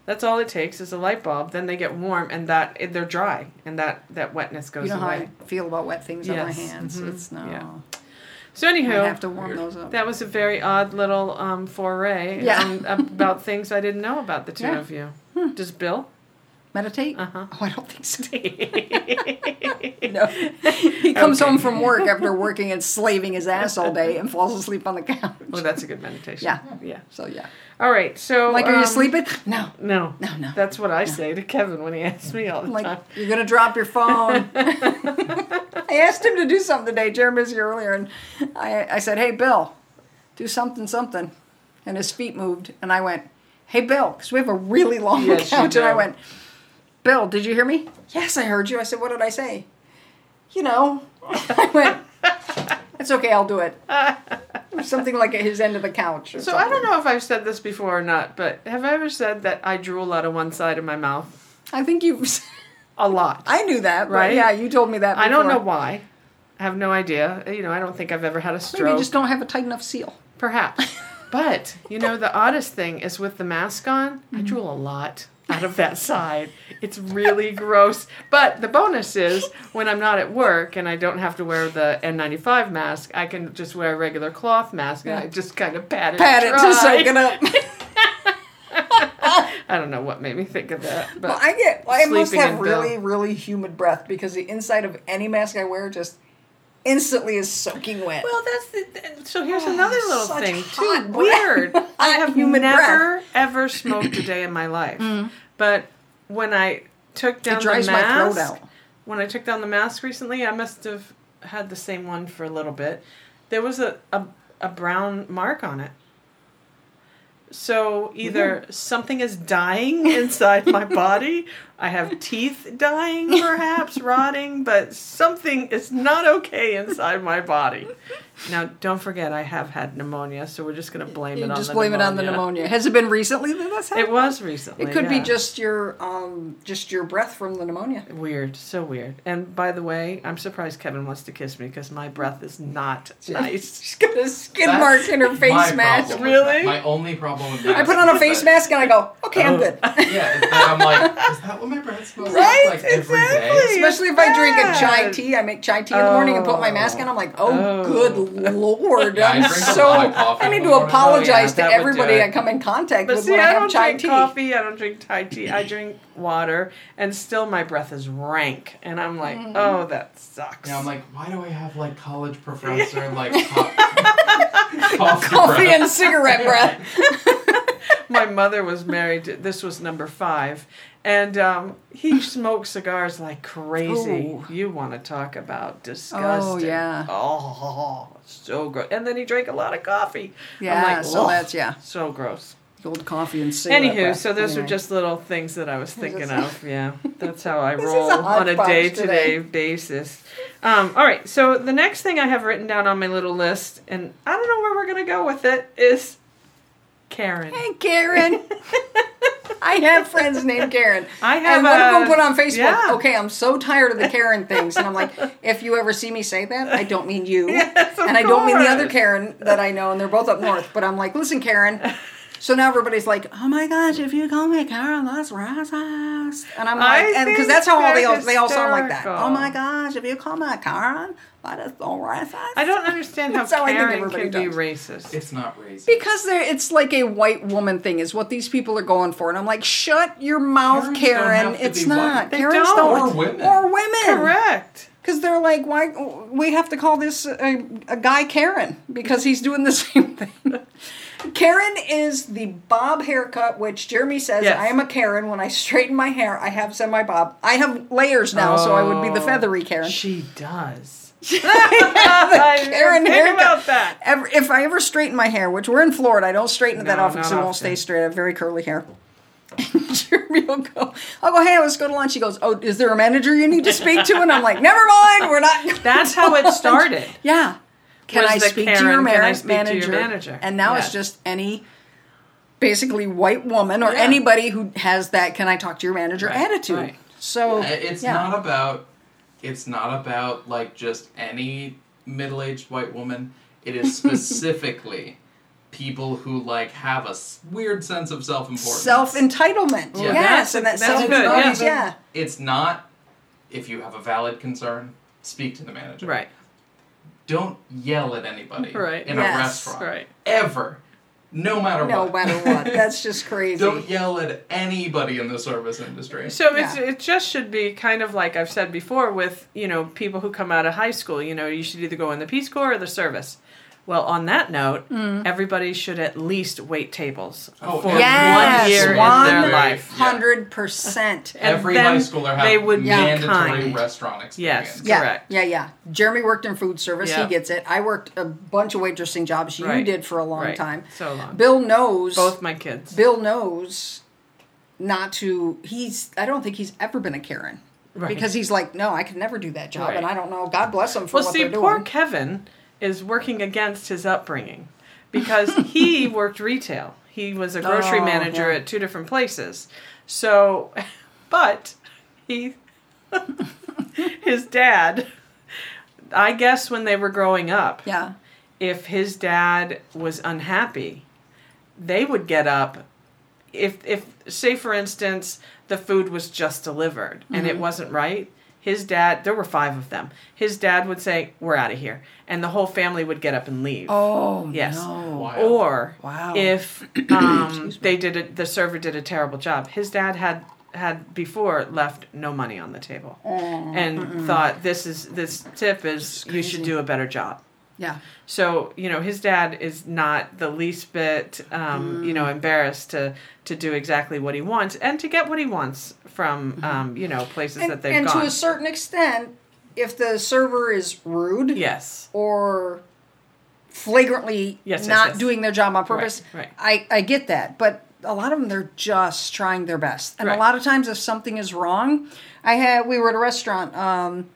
S2: that's all it takes is a light bulb. Then they get warm, and that they're dry, and that that wetness goes
S1: You know how
S2: away.
S1: I feel about wet things on my
S2: Yes.
S1: hands. It's no.
S2: Yeah. So anywho,
S1: I have to warm
S3: Weird.
S1: those up.
S2: That was a very odd little um, foray
S1: Yeah.
S2: um, about things I didn't know about the two
S1: Yeah. Hmm.
S2: of you. Does Bill?
S1: Meditate?
S2: Uh-huh.
S1: Oh, I don't think
S2: *laughs*
S1: so. *laughs* No. He comes
S2: Okay.
S1: home from work after working and slaving his ass all day and falls asleep on the couch.
S2: Well, that's a good meditation.
S1: Yeah.
S2: Yeah.
S1: So, yeah.
S2: All right. So.
S1: Like, are
S2: um,
S1: you sleeping? No. *laughs*
S2: No.
S1: No, no.
S2: That's what I say to Kevin when he asks me all the
S1: Like,
S2: time.
S1: you're going to drop your
S2: *laughs*
S1: phone. I asked him to do something today. Jeremy was here earlier, and I, I said, Hey, Bill, do something, something. And his feet moved, and I went, Hey, Bill, because we have a really long
S2: Yes, you
S1: couch. And I
S2: do.
S1: went, Bill, did you hear me? Yes, I heard you. I said, What did I say? You know, *laughs* I went, It's okay, I'll do it.
S2: *laughs*
S1: Or something like at his end of the couch. Or
S2: So
S1: something.
S2: I don't know if I've said this before or not, but have I ever said that I drool out of one side of my mouth
S1: I think you, *laughs*
S2: a lot?
S1: I knew that, right?
S2: Right?
S1: yeah, you told me that. Before.
S2: I don't know why. I have no idea. You know, I don't think I've ever had a stroke.
S1: Maybe you just don't have a tight enough seal.
S2: Perhaps.
S1: *laughs*
S2: But, you know, the oddest thing is with the mask on, I
S1: Mm-hmm.
S2: drool a lot out of that side. It's really *laughs* gross. But the bonus is when I'm not at work and I don't have to wear the N95 mask, I can just wear a regular cloth mask and I just kind of pat it.
S1: Pat it to
S2: dry.
S1: soak it up. *laughs*
S2: I don't know what made me think of that.
S1: Well,
S2: But
S1: I get. I must
S2: sleeping
S1: have
S2: in Bill.
S1: really, really humid breath because the inside of any mask I wear just instantly is soaking wet.
S2: Well, that's the, th- so. Here's another little
S1: Oh, such
S2: thing
S1: hot
S2: too.
S1: breath.
S2: Weird.
S1: *laughs*
S2: I
S1: Hot
S2: have
S1: human
S2: never
S1: *clears throat*
S2: ever smoked a day in my life, but when I took down
S1: Mm. dries
S2: the
S1: my throat
S2: mask,
S1: out.
S2: when I took down the mask recently, I must have had the same one for a little bit. There was a a, a brown mark on it. So either something is dying *laughs* inside my body, I have teeth dying
S1: *laughs*
S2: perhaps, rotting, but something is not okay inside my body. Now, don't forget I have had pneumonia, so we're just going to blame
S1: you
S2: it on
S1: just
S2: the
S1: blame
S2: pneumonia.
S1: it on the pneumonia. Has it been recently that that's happened?
S2: It was recently.
S1: It could be
S2: yeah.
S1: just your um, just your breath from the pneumonia.
S2: Weird, so weird. And by the way, I'm surprised Kevin wants to kiss me because my breath is not nice.
S1: She's got a skin
S3: That's
S1: mark in her face
S3: my
S1: mask.
S3: problem with
S2: Really?
S3: that. My only problem with
S1: I
S3: masks
S1: put on a
S3: is
S1: face
S3: that-
S1: mask and I go, okay, I'm good.
S3: Yeah, is that I'm like, is that what my breath smells
S1: Right?
S3: like, like every day?
S2: Exactly.
S1: Especially if I drink a chai
S2: Bad.
S1: tea, I make chai tea in the morning and put my mask on. I'm like, oh, good lord,
S3: Yeah, I
S1: I'm
S3: drink a
S1: so.
S3: lot of coffee
S1: I
S3: in
S1: need
S3: the
S1: to
S3: morning.
S1: apologize
S2: Oh, yeah,
S1: to
S2: that would do
S1: everybody
S2: it.
S1: I come in contact
S2: But
S1: with
S2: see,
S1: when I
S2: I
S1: have
S2: don't
S1: chai
S2: drink
S1: tea.
S2: coffee. I don't drink Thai tea. I drink water, and still my breath is rank. And I'm like,
S1: Mm.
S2: oh, that sucks.
S3: Yeah, I'm like, why do I have like
S1: *laughs*
S3: college professor like co- *laughs*
S1: *laughs*
S3: coffee,
S1: Coffee
S3: breath?
S1: and cigarette breath.
S2: my mother was married. To, this was number five, and um, he smoked cigars like crazy.
S1: Ooh. Oh,
S2: You want to talk about disgusting?
S1: yeah.
S2: Oh, so gross. And then he drank a lot of coffee.
S1: Yeah, so
S2: "Ugh,
S1: that's- yeah.
S2: so gross.
S1: Old coffee and cigarette
S2: Anywho,
S1: breath.
S2: so those are
S1: Anyway.
S2: just little things that I was thinking
S1: just- *laughs*
S2: of. Yeah, that's how I
S1: This is
S2: roll
S1: a hot
S2: on a
S1: box
S2: day to
S1: today.
S2: day basis. Um, all right, so the next thing I have written down on my little list, and I don't know where we're gonna go with it, is Karen.
S1: Hey,
S2: *laughs*
S1: Karen. I have friends named Karen.
S2: I have
S1: And one of
S2: a-
S1: them put on Facebook,
S2: yeah.
S1: okay, I'm so tired of the
S2: *laughs*
S1: Karen things. And I'm like, if you ever see me say that, I don't mean you.
S2: *laughs* Yes, of
S1: and I don't mean the other
S2: course.
S1: Karen that I know, and they're both up north. But I'm like, listen, Karen. So now everybody's like, oh my gosh, if you call me Karen Las Rosas. And I'm
S2: I
S1: like, and because
S2: think
S1: that's how all they all,
S2: they're
S1: they all sound like that.
S2: hysterical.
S1: Oh my gosh, if you call me Karen Las Rosas.
S2: I
S1: *laughs*
S2: don't understand how
S1: That's how I think
S2: Karen
S1: everybody
S2: can be
S1: does.
S2: racist.
S3: It's not racist.
S1: Because they're, it's like a white woman thing, is what these people are going for, and I'm like, shut your mouth,
S3: Karens don't
S1: Karen.
S3: have to
S1: It's
S3: be white.
S1: not.
S2: They
S1: Karens
S2: don't.
S1: don't.
S3: Or women.
S1: Or women.
S2: Correct.
S1: Because they're like, why we have to call this a, a guy Karen because he's doing the *laughs* same thing. Karen is the bob haircut, which Jeremy says
S2: Yes.
S1: I am a Karen. When I straighten my hair, I have semi bob. I have layers now, so I would be the
S2: Oh,
S1: feathery Karen.
S2: She
S1: *laughs*
S2: *laughs* does. I didn't
S1: Karen
S2: think
S1: haircut.
S2: about that.
S1: Ever- if I ever straighten my hair, which we're in Florida, I don't straighten it that
S2: No,
S1: often because it
S2: not
S1: won't stay
S2: often.
S1: straight. I have very curly hair. *laughs* Jeremy will go, I'll go, hey, let's go to lunch. He goes, oh, is there a manager you need to speak to? And I'm
S2: *laughs*
S1: like, never mind, we're not. going
S2: That's
S1: to
S2: how it
S1: lunch." *laughs*
S2: started.
S1: Yeah. Can
S2: Was
S1: I
S2: the
S1: speak to
S2: Karen,
S1: your
S2: "Can I
S1: mar-
S2: speak to
S1: manager?
S2: your manager?
S1: And now it's
S2: Yeah.
S1: just any basically white woman or
S2: Yeah.
S1: anybody who has that can I talk to your manager
S2: Right,
S1: attitude.
S2: right.
S1: So
S3: Uh, it's
S1: yeah.
S3: not about it's not about like just any middle-aged white woman it
S1: *laughs*
S3: is specifically people who like have a s- weird sense of self-importance
S1: self entitlement.
S3: Yeah.
S1: Yes,
S2: That's-
S1: and that
S2: that's
S1: self
S2: good, yeah.
S1: entitlement. yeah.
S3: it's not if you have a valid concern speak to the manager
S2: Right.
S3: don't yell at anybody
S2: Right.
S3: in
S1: Yes.
S3: a restaurant
S2: Right.
S3: ever no matter
S1: No
S3: what
S1: matter what.
S3: *laughs*
S1: That's just crazy.
S3: don't yell at anybody in the service industry
S2: So it's,
S1: Yeah.
S2: it just should be kind of like I've said before with, you know, people who come out of high school, you know, you should either go in the Peace Corps or the service. Well, on that note,
S1: Mm.
S2: everybody should at least wait tables
S3: Oh,
S2: for
S1: Yes,
S2: one year
S1: one-
S2: in their life.
S1: Hundred percent.
S2: And
S3: every
S2: then
S3: high schooler has
S2: they would be
S3: mandatory
S2: kind.
S3: restaurant experience
S2: Yes.
S1: Yeah,
S2: Correct.
S1: yeah, yeah. Jeremy worked in food service.
S2: Yeah.
S1: He gets it. I worked a bunch of waitressing jobs. You
S2: Right.
S1: did for a long
S2: Right.
S1: time.
S2: So long.
S1: Bill knows.
S2: Both my kids.
S1: Bill knows not to. He's. I don't think he's ever been a Karen.
S2: Right.
S1: Because he's like, no, I could never do that job,
S2: Right.
S1: and I don't know. God bless him for
S2: Well,
S1: what
S2: see,
S1: they're doing.
S2: poor Kevin is working against his upbringing because *laughs* he worked retail. He was a grocery
S1: Oh,
S2: manager
S1: yeah.
S2: at two different places. So, *laughs* but he, *laughs* his dad, I guess when they were growing up,
S1: yeah,
S2: if his dad was unhappy, they would get up. If, if say for instance, the food was just delivered and
S1: Mm-hmm.
S2: it wasn't right, his dad. There were five of them. His dad would say, "We're out of here," and the whole family would get up and leave.
S1: Oh
S2: Yes.
S1: no.
S3: Wild.
S2: Or
S1: Wow. *clears throat*
S2: if um, they did a, the server did a terrible job, his dad had had before left no money on the table
S1: Oh,
S2: and thought this is this tip is you should
S1: crazy.
S2: do a better job.
S1: Yeah.
S2: So you know his dad is not the least bit um, you
S1: Mm.
S2: know embarrassed to to do exactly what he wants and to get what he wants from um, you know
S1: Mm-hmm.
S2: places
S1: And,
S2: that they've
S1: and
S2: gone.
S1: to a certain extent, if the server is rude
S2: yes.
S1: or flagrantly
S2: Yes, yes,
S1: not
S2: yes.
S1: doing their job on purpose,
S2: right.
S1: I, I get that. But a lot of them, they're just trying their best. And a
S2: Right.
S1: lot of times, if something is wrong, I had we were at a restaurant. Um,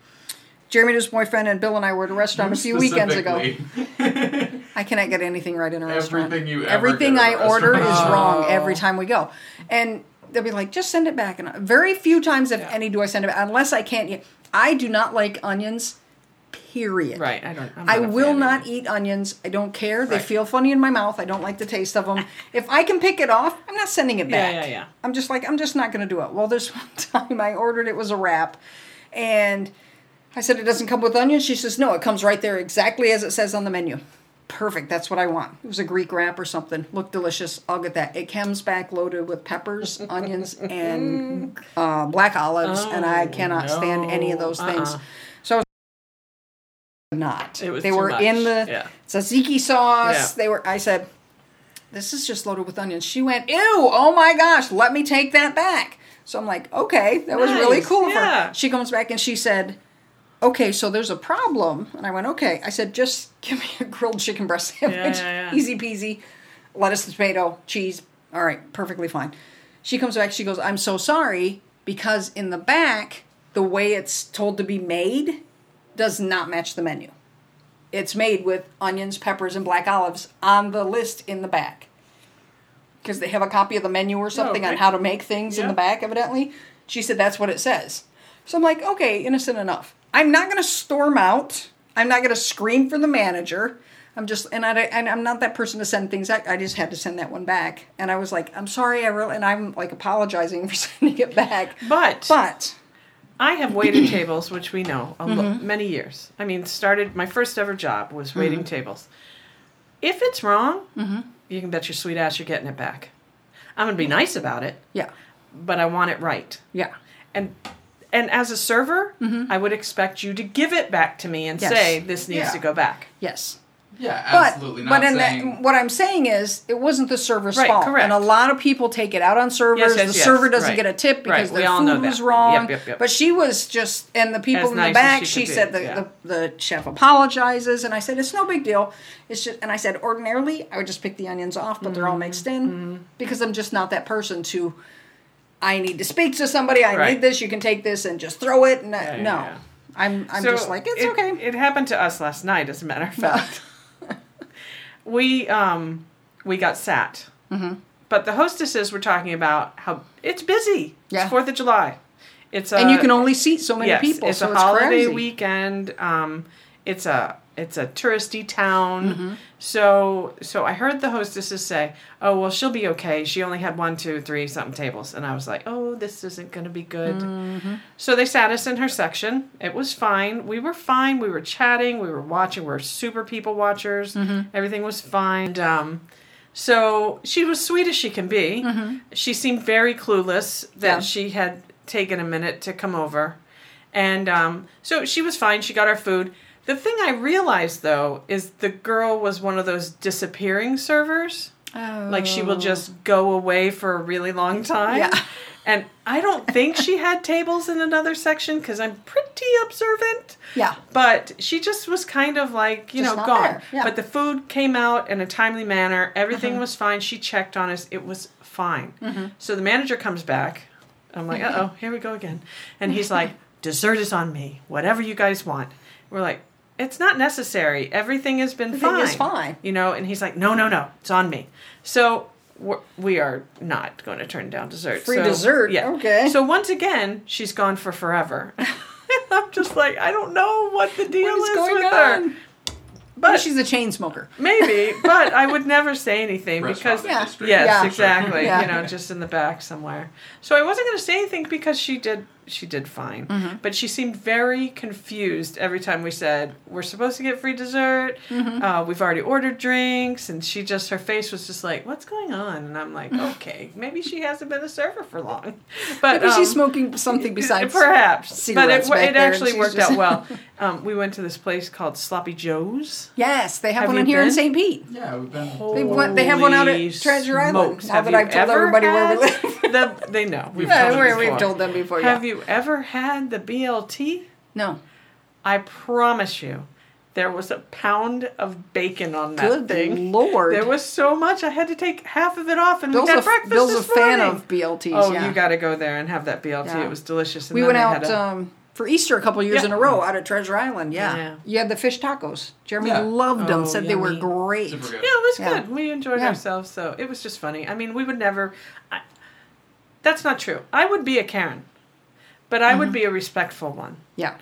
S1: Jeremy and his boyfriend and Bill and I were at a
S3: *laughs*
S1: restaurant a few weekends ago.
S3: Specifically.
S1: I cannot get anything right in a restaurant.
S3: Everything you ever
S1: Everything
S3: get
S1: I
S3: at a
S1: order
S2: *laughs*
S1: is
S3: restaurant.
S1: wrong
S2: Oh.
S1: every time we go. And they'll be like, just send it back. And very few times, if any, do I send it back, unless I can't. eat- I do not like onions, period.
S2: Right. I don't. I'm
S1: I
S2: not a
S1: will
S2: fan
S1: not
S2: either.
S1: eat onions. I don't care. They
S2: Right. Ah.
S1: feel funny in my mouth. I don't like the taste of them. if I can pick it off, I'm not sending it
S2: Yeah,
S1: back.
S2: yeah, yeah.
S1: I'm just like, I'm just not going to do it. Well, there's *laughs* one time I ordered it was a wrap, and I said it doesn't come with onions. She says no, it comes right there exactly as it says on the menu. Perfect. That's what I want. It was a Greek wrap or something. Looked delicious. I'll get that. It comes back loaded with peppers, onions,
S2: *laughs*
S1: and uh, black olives, and I
S2: Oh,
S1: cannot stand any of
S2: no.
S1: those things.
S2: Uh-uh.
S1: So I was not.
S2: It was
S1: they
S2: too
S1: were
S2: much.
S1: in the
S2: Yeah.
S1: tzatziki sauce.
S2: Yeah.
S1: They were. I said, "This is just loaded with onions." She went, "Ew! Oh my gosh! Let me take that back." So I'm like, "Okay, that was really
S2: Nice,
S1: cool of her."
S2: yeah.
S1: She comes back and she said, "Okay, so there's a problem." And I went, "Okay." I said, "Just *laughs* give me a grilled chicken breast sandwich,
S2: yeah, yeah.
S1: easy peasy, lettuce, tomato, cheese. All right, perfectly fine." She comes back. She goes, "I'm so sorry because in the back, the way it's told to be made does not match the menu." it's made with onions, peppers, and black olives on the list in the back. Because they have a copy of the menu or something on
S2: Oh, okay.
S1: how to make things in the
S2: Yeah.
S1: back, evidently. She said that's what it says. So I'm like, okay, innocent enough. I'm not going to storm out. I'm not going to scream for the manager. I'm just, and, I, and I'm not that person to send things back. I just had to send that one back. And I was like, I'm sorry, I really, and I'm like apologizing *laughs* for sending it back.
S2: But
S1: But,
S2: I
S1: *clears throat*
S2: have waited tables, which we know, a lo-
S1: Mm-hmm.
S2: many years. I mean, started my first ever job was waiting tables. If it's wrong, you can bet your sweet ass you're getting it back. I'm gonna be nice about it,
S1: Mm-hmm. yeah,
S2: but I want it right.
S1: yeah.
S2: And and as a server, I would expect you to give it back to me and
S1: Mm-hmm. Yes.
S2: say this needs
S3: Yeah.
S2: to go back.
S1: Yes.
S3: yeah,
S1: but
S3: absolutely not
S1: but in that-
S3: saying.
S1: what I'm saying is it wasn't the server's
S2: Right,
S1: fault,
S2: correct.
S1: and a lot of people take it out on servers.
S2: Yes, yes,
S1: the
S2: yes,
S1: server doesn't
S2: right,
S1: get a tip
S2: right,
S1: because
S2: we
S1: their
S2: all
S1: food
S2: know that.
S1: was wrong.
S2: Yep, yep, yep.
S1: But she was just, and the people
S2: As
S1: in the
S2: nice as
S1: back.
S2: she
S1: She,
S2: could be,
S1: said the,
S2: yeah.
S1: the the chef apologizes, and I said it's no big deal. It's just, and I said ordinarily I would just pick the onions off, but they're
S2: Mm-hmm,
S1: all mixed in because I'm just not that person to. I need to speak to somebody. I
S2: Right.
S1: need this. You can take this and just throw it. And I-
S2: Yeah, yeah,
S1: no,
S2: yeah.
S1: I'm I'm
S2: So
S1: just like it's
S2: it-
S1: okay.
S2: It happened to us last night, as a matter of fact. we um we got sat, mm-hmm. but the hostesses were talking about how it's busy.
S1: Yeah.
S2: It's Fourth of July. It's a,
S1: and you can only seat so many
S2: yes,
S1: people.
S2: It's
S1: so
S2: a
S1: it's
S2: holiday
S1: crazy.
S2: weekend. Um, it's a it's a touristy town.
S1: Mm-hmm.
S2: So so I heard the hostesses say, "Oh well, she'll be okay. She only had one, two, three something tables," and I was like, "Oh, this isn't going to be good."
S1: Mm-hmm.
S2: So they sat us in her section. It was fine. We were fine. We were chatting. We were watching. We were super people watchers.
S1: Mm-hmm.
S2: Everything was fine. And, um, so she was sweet as she can be. She seemed very clueless that
S1: Mm-hmm. Yeah.
S2: she had taken a minute to come over. And um, so she was fine. She got our food. The thing I realized though is the girl was one of those disappearing servers. Like she
S1: Oh.
S2: will just go away for a really long time.
S1: Yeah.
S2: And I don't think she had tables in another section because I'm pretty observant.
S1: Yeah.
S2: But she just was kind of like, you
S1: Just
S2: know,
S1: not
S2: gone.
S1: there. Yeah. Uh-huh.
S2: But the food came out in a timely manner. Everything was fine. She checked on us. It was fine.
S1: Mm-hmm.
S2: So the manager comes back. I'm like, uh
S1: *laughs*
S2: oh, here we go again. And he's like, dessert is on me. Whatever you guys want. We're like, it's not necessary. Everything has been
S1: Everything
S2: fine.
S1: is fine.
S2: You know, and he's like, no, no, no, it's on me. So we're, we are not going to turn down dessert.
S1: Free
S2: So-
S1: dessert?
S2: Yeah.
S1: Okay.
S2: So once again, she's gone for forever. *laughs* I'm just like, I don't know what the deal
S1: What is going
S2: with
S1: on?
S2: her. But
S1: Maybe she's a chain smoker. *laughs*
S2: maybe, but I would never say anything
S3: Restaurant
S2: because
S1: e-, Yeah.
S3: industry.
S2: yes,
S1: Yeah.
S2: exactly.
S1: Yeah.
S2: You know, just in the back somewhere. So I wasn't going to say anything because she did. she did fine.
S1: Mm-hmm.
S2: But she seemed very confused every time we said we're supposed to get free dessert.
S1: Mm-hmm.
S2: Uh, we've already ordered drinks, and she just her face was just like, "What's going on?" And
S1: *laughs*
S2: I'm like, "Okay, maybe she hasn't been a server for long." But
S1: Maybe she's
S2: um,
S1: smoking
S2: *laughs*
S1: something besides.
S2: perhaps, but it,
S1: cigarettes
S2: wa-
S1: back
S2: it
S1: there, and
S2: actually
S1: she's
S2: worked
S1: just- *laughs*
S2: out well. Um, we went to this place called Sloppy Joe's.
S1: Yes, they have,
S2: Have
S1: one
S2: you
S1: in here in
S2: been?
S1: St. Pete.
S3: Yeah, we've been.
S1: They want- they have one out at
S2: Holy
S1: Treasure Island.
S2: smokes.
S1: Now
S2: Have
S1: that
S2: you
S1: I've told
S2: ever
S1: everybody where we
S2: had the- they
S1: *laughs*
S2: know. We've
S1: Yeah,
S2: told *laughs* them
S1: we- we've
S2: before.
S1: told them before.
S2: Have
S1: yeah.
S2: you ever had the BLT?
S1: No.
S2: I promise you, there was a pound of bacon on that
S1: Good
S2: thing.
S1: lord.
S2: There was so much. I had to take half of it off, and
S1: Bill's
S2: we got
S1: a,
S2: breakfast
S1: Bill's
S2: this
S1: a fan
S2: morning.
S1: of BLTs.
S2: Oh,
S1: yeah.
S2: you got to go there and have that BLT.
S1: Yeah.
S2: It was delicious. And
S1: we
S2: then
S1: went
S2: they
S1: out
S2: had a-
S1: um, for Easter a couple years
S2: Yeah.
S1: in a row out at Treasure Island. Yeah.
S2: Yeah.
S1: You had the fish tacos. Jeremy
S3: Yeah.
S1: loved them,
S2: Oh,
S1: said they were
S2: yummy.
S1: great.
S3: Super good.
S2: Yeah, it was
S1: Yeah.
S2: good. We enjoyed
S1: Yeah.
S2: ourselves, so it was just funny. I mean, we would never. I, that's not true. I would be a Karen, but I
S1: Mm-hmm.
S2: would be a respectful one
S1: Yeah.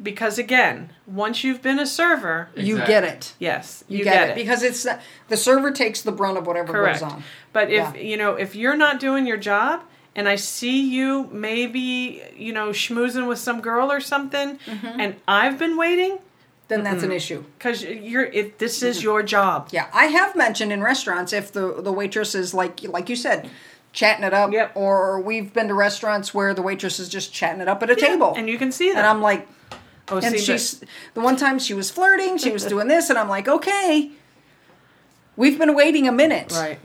S2: because, again, once you've been a server,
S1: You
S3: Exactly.
S1: get it.
S2: yes,
S1: You, get, it. Because it's the, the server takes the brunt of whatever
S2: Correct.
S1: goes on.
S2: But if
S1: Yeah.
S2: you know, if you're not doing your job, and I see you maybe you know schmoozing with some girl or something,
S1: Mm-hmm.
S2: and I've been waiting
S1: Then that's
S2: Mm-hmm.
S1: an issue.
S2: because you're if this
S1: Mm-hmm.
S2: is your job.
S1: Yeah, I have mentioned in restaurants if the the waitress is like like you said, chatting it up,
S2: Yep.
S1: or we've been to restaurants where the waitress is just chatting it up at a table,
S2: and you can see that.
S1: and I'm like,
S2: oh,
S1: and
S2: see, but-
S1: she's the one time she was flirting, she was doing this, and I'm like, okay, we've been waiting a minute,
S2: right.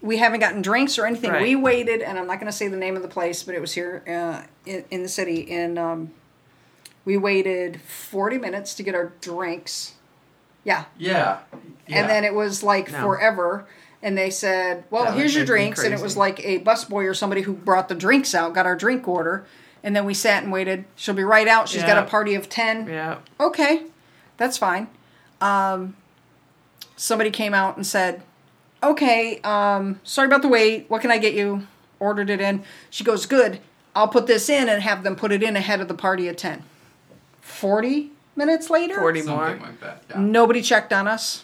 S1: We haven't gotten drinks or anything.
S2: Right.
S1: We waited, and I'm not going to say the name of the place, but it was here uh, in, in the city, and um, we waited 40 minutes to get our drinks. Yeah,
S3: Yeah. yeah.
S1: and then it was like
S2: No.
S1: forever. And they said, "Well,
S2: That would
S1: here's your
S2: make me
S1: drinks," and it was
S2: crazy.
S1: like a busboy or somebody who brought the drinks out, got our drink order, and then we sat and waited. She'll be right out. She's got
S2: Yeah.
S1: a party of ten.
S2: Yeah.
S1: Okay, that's fine. Um, somebody came out and said, "Okay, um, sorry about the wait. What can I get you?" Ordered it in. She goes, "Good. I'll put this in and have them put it in ahead of the party at 10. 40 minutes later.
S2: Forty more.
S3: something like that. Yeah.
S1: Nobody checked on us.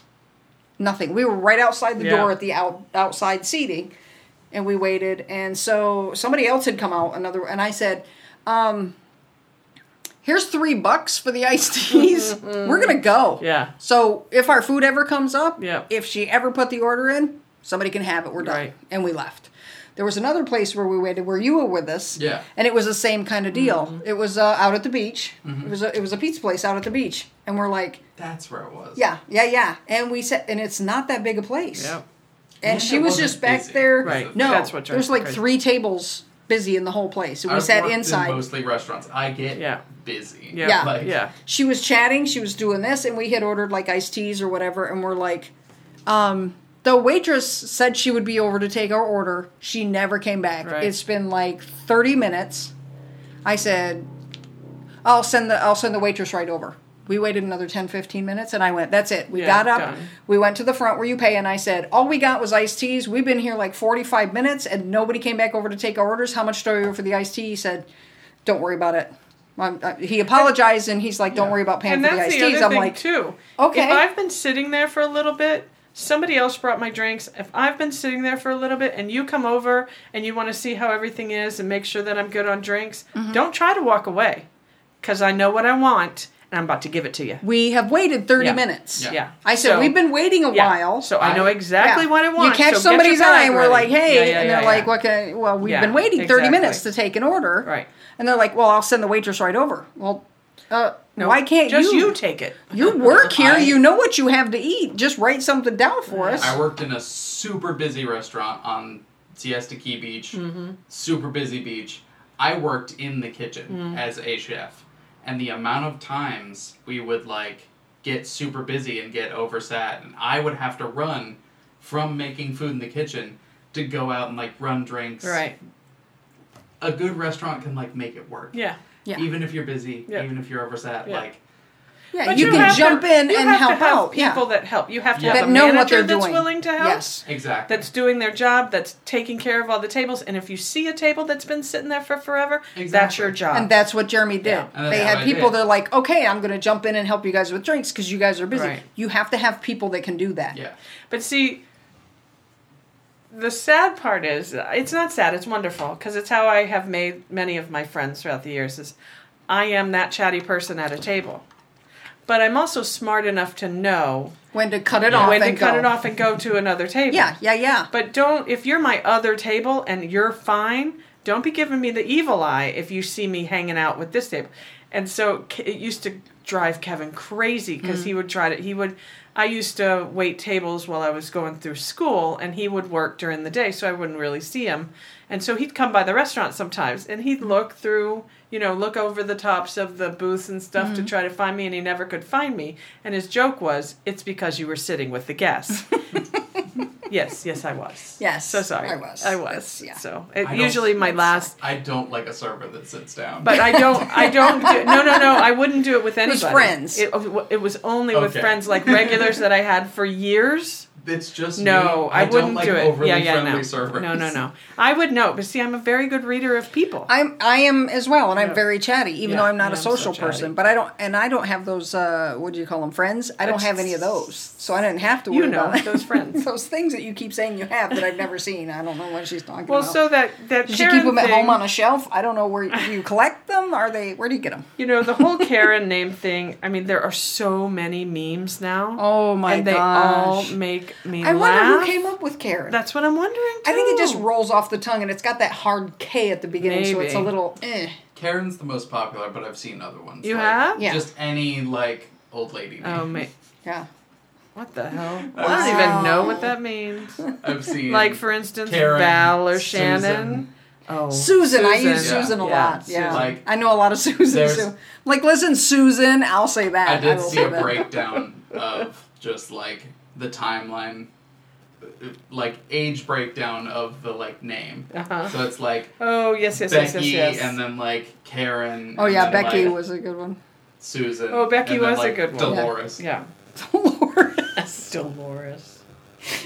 S1: Nothing. We were right outside the
S2: Yeah.
S1: door at the out, outside seating, and we waited. And so somebody else had come out, another, and I said, um, "Here's three bucks for the iced
S2: *laughs*
S1: teas. we're gonna go."
S2: Yeah.
S1: So if our food ever comes up,
S2: Yeah.
S1: if she ever put the order in, somebody can have it. We're done,
S2: Right.
S1: and we left. There was another place where we waited where you were with us.
S3: Yeah.
S1: And it was the same kind of deal.
S2: Mm-hmm.
S1: It was uh, out at the beach. It was a, it was a pizza place out at the beach, and we're like,
S3: That's where it was.
S1: yeah, yeah, yeah. And we said, and it's not that big a place.
S2: Yeah.
S1: And
S3: And
S1: she
S3: it
S1: was
S3: wasn't
S1: just back
S3: busy.
S1: there.
S2: Right.
S1: No,
S2: That's what drives
S1: there's
S2: me
S1: like
S2: crazy.
S1: three tables busy in the whole place. And we
S3: I've
S1: sat
S3: worked in
S1: inside.
S3: mostly restaurants. I get
S2: Yeah.
S3: busy.
S2: Yeah.
S1: Yeah.
S3: Like,
S2: yeah.
S1: she was chatting. She was doing this, and we had ordered like iced teas or whatever. And we're like, um, the waitress said she would be over to take our order. She never came back.
S2: Right.
S1: It's been like 30 minutes. I said, I'll send the I'll send the waitress right over. We waited another 10, 15 minutes, and I went. That's it. We
S2: Yeah,
S1: got up.
S2: done.
S1: We went to the front where you pay, and I said, all we got was iced teas. We've been here like 45 minutes, and nobody came back over to take our orders. How much do you owe for the iced tea? He said, don't worry about it. I'm, I, he apologized, and he's like, don't worry about paying
S2: And
S1: for the
S2: that's
S1: iced
S2: the,
S1: teas.
S2: other
S1: I'm
S2: thing
S1: like,
S2: too.
S1: okay.
S2: If I've been sitting there for a little bit, somebody else brought my drinks. If I've been sitting there for a little bit and you come over and you want to see how everything is and make sure that I'm good on drinks,
S1: Mm-hmm.
S2: don't try to walk away, because I know what I want and I'm about to give it to you.
S1: we have waited 30
S2: Yeah.
S1: minutes.
S3: Yeah.
S2: Yeah.
S1: I said,
S2: So-
S1: we've been waiting a
S2: yeah.
S1: while.
S2: So I know
S3: I-
S2: exactly
S1: Yeah.
S2: what I want.
S1: You catch
S2: so get your
S1: somebody's
S2: bag
S1: eye, and we're
S2: ready.
S1: like, hey,
S2: Yeah, yeah,
S1: and
S2: yeah,
S1: they're
S2: yeah.
S1: like, what can, well, we've
S2: Yeah,
S1: been waiting 30
S2: exactly.
S1: minutes to take an order.
S2: Right.
S1: And they're like, well, I'll send the waitress right over. Well, uh, why can't
S2: just
S1: you?
S2: you take it?
S1: You work
S2: *laughs*
S1: here.
S3: I-
S1: you know what you have to eat. Just write something down for us.
S3: I worked in a super busy restaurant on Siesta Key Beach.
S2: Mm-hmm.
S3: Super busy beach. I worked in the kitchen
S2: Mm-hmm.
S3: as a chef, and the amount of times we would like get super busy and get oversat, and I would have to run from making food in the kitchen to go out and like run drinks.
S2: Right.
S3: A good restaurant can like make it work.
S2: Yeah.
S1: Yeah.
S3: Even if you're busy,
S2: Yeah.
S3: even if you're oversat,
S2: Yeah.
S3: like
S1: yeah,
S2: But
S1: you, can
S2: have
S1: jump
S2: to,
S1: in
S2: you
S1: and
S2: have
S1: help
S2: to have
S1: out.
S2: People
S1: yeah.
S2: that help. You have to
S3: Yeah.
S2: have
S1: That
S2: a
S1: know
S2: manager
S1: what they're
S2: that's
S1: doing.
S2: willing to help.
S1: Yes.
S3: exactly.
S2: that's doing their job, that's taking care of all the tables. And if you see a table that's been sitting there for forever, that's
S3: Exactly.
S2: your job.
S1: And that's what Jeremy did.
S2: Ah. Yeah.
S3: And that's
S1: They
S3: what
S1: had
S3: I
S1: people
S3: did.
S1: that are like, okay, I'm going to jump in and help you guys with drinks because you guys are busy.
S2: Right.
S1: You have to have people that can do that.
S3: yeah.
S2: but see, the sad part is it's not sad it's wonderful because it's how i have made many of my friends throughout the years is i am that chatty person at a table but i'm also smart enough to know
S1: When to cut it off.
S2: when to
S1: and
S2: cut
S1: go.
S2: it off and go to another table
S1: Yeah, yeah, yeah.
S2: but don't if you're my other table and you're fine don't be giving me the evil eye if you see me hanging out with this table and so K- it used to drive kevin crazy because he would try to he would i used to wait tables while i was going through school and he would work during the day so i wouldn't really see him and so he'd come by the restaurant sometimes and he'd look through you know look over the tops of the booths and stuff to try to find me and he never could find me and his joke was it's because you were sitting with the guests Yes, yes, I was.
S1: Yes,
S2: So sorry.
S1: I was.
S2: I was.
S1: yeah.
S2: So it,
S3: I don't-
S2: usually my last,
S3: I don't like a server that sits down.
S2: but I don't, I don't, do, no, no, no, I wouldn't do it with anybody.
S1: Who's friends?
S2: It, it was only with
S3: Okay.
S2: friends, like regulars that I had for
S3: *laughs*
S2: years.
S3: it's just
S2: No,
S3: me.
S2: I,
S3: don't
S2: wouldn't
S3: like
S2: do it.
S3: Overly
S2: yeah, yeah,
S3: friendly
S2: no.
S3: servers.
S2: No, no, no. I would know, but see, I'm a very good reader of people.
S1: I'm I am as well, and I'm
S2: Yeah.
S1: very chatty, even
S2: Yeah,
S1: though I'm not
S2: and
S1: a
S2: I'm so
S1: social
S2: chatty.
S1: person. But I don't, and I don't have those. Uh, what do you call them? Friends. I don't have any of those, so I didn't have to.
S2: You
S1: Worry
S2: know,
S1: about it.
S2: those friends.
S1: *laughs* those things that you keep saying you have that I've never seen. I don't know what she's talking
S2: well,
S1: about.
S2: so that that
S1: Did you
S2: Karen
S1: keep them at
S2: thing-
S1: home on a shelf? I don't know where do you collect them. Are they? Where do you get them?
S2: You know, the whole Karen name thing, I mean, there are so many memes now.
S1: Oh, my
S2: And they
S1: gosh.
S2: all make me
S1: I wonder who
S2: laugh.
S1: came up with Karen.
S2: That's what I'm wondering.
S1: I think it just
S2: too.
S1: rolls off the tongue, and it's got that hard K at the beginning, so it's a
S2: Maybe.
S1: little. Eh.
S3: Karen's the most popular, but I've seen other ones.
S2: You
S3: like,
S2: have?
S1: Yeah.
S3: Just any like old lady. Name.
S2: Oh ma
S1: Yeah.
S2: What the hell? I don't
S3: Wow.
S2: even know what that means. *laughs*
S3: I've seen
S2: Oh. Like for instance,
S3: Karen,
S2: Val or
S3: Susan.
S2: Shannon. Oh,
S1: Susan, I use
S3: Yeah.
S1: Susan a
S2: Yeah,
S1: lot. Yeah,
S2: Susan.
S3: Like-
S1: I know a lot of Susan.
S3: There's-
S1: So, like, listen, Susan, I'll say that.
S3: I did
S1: will
S3: see
S1: say
S3: a
S1: that. *laughs*
S3: breakdown of just like the timeline, uh, like age breakdown of the like name.
S2: Uh-huh.
S3: So it's like
S2: Oh yes, yes, yes, yes,
S3: Becky
S2: yes.
S3: and then like Karen.
S1: Oh
S3: and
S1: yeah,
S3: then,
S1: Becky
S3: like,
S1: was a good one. *laughs*
S3: Susan.
S2: Oh, Becky
S3: and then,
S2: was a
S3: like,
S2: good one. Yeah.
S3: Dolores.
S2: yeah,
S1: Dolores.
S2: Dolores.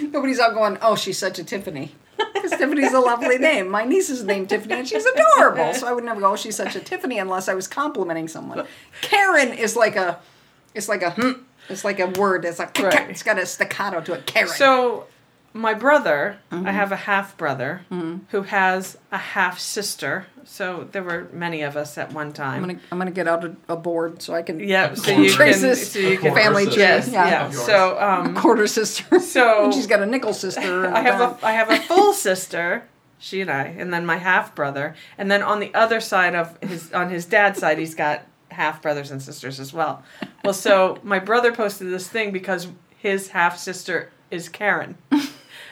S1: Nobody's out going. Oh, she's such a Tiffany. *laughs* 'Cause Tiffany's a lovely name. My niece is named Tiffany, and she's adorable. So I would never go. Oh, she's such a Tiffany, unless I was complimenting someone. Karen is like a, it's like a, hmm, it's like a word. It's like,
S2: Right.
S1: it's got a staccato to it. Karen.
S2: So, my brother, I have a half brother who has a half sister. So there were many of us at one time.
S1: I'm gonna I'm gonna get out a, a board so I can
S2: Yep.
S3: Of
S2: So you can.
S1: course.
S2: So you can.
S3: Of course.
S1: family
S3: Yes,
S1: tree.
S2: Yes.
S1: yeah.
S2: Yeah.
S3: Of yours.
S2: So um,
S1: quarter sister.
S2: So-
S1: and she's got a nickel sister. And
S2: *laughs* I have
S1: a,
S2: a I have a full sister, she and I, and then my half brother, and then on the other side of his on his dad's side, he's got half brothers and sisters as well. Well, so my brother posted this thing because his half sister
S1: *laughs*
S2: is Karen.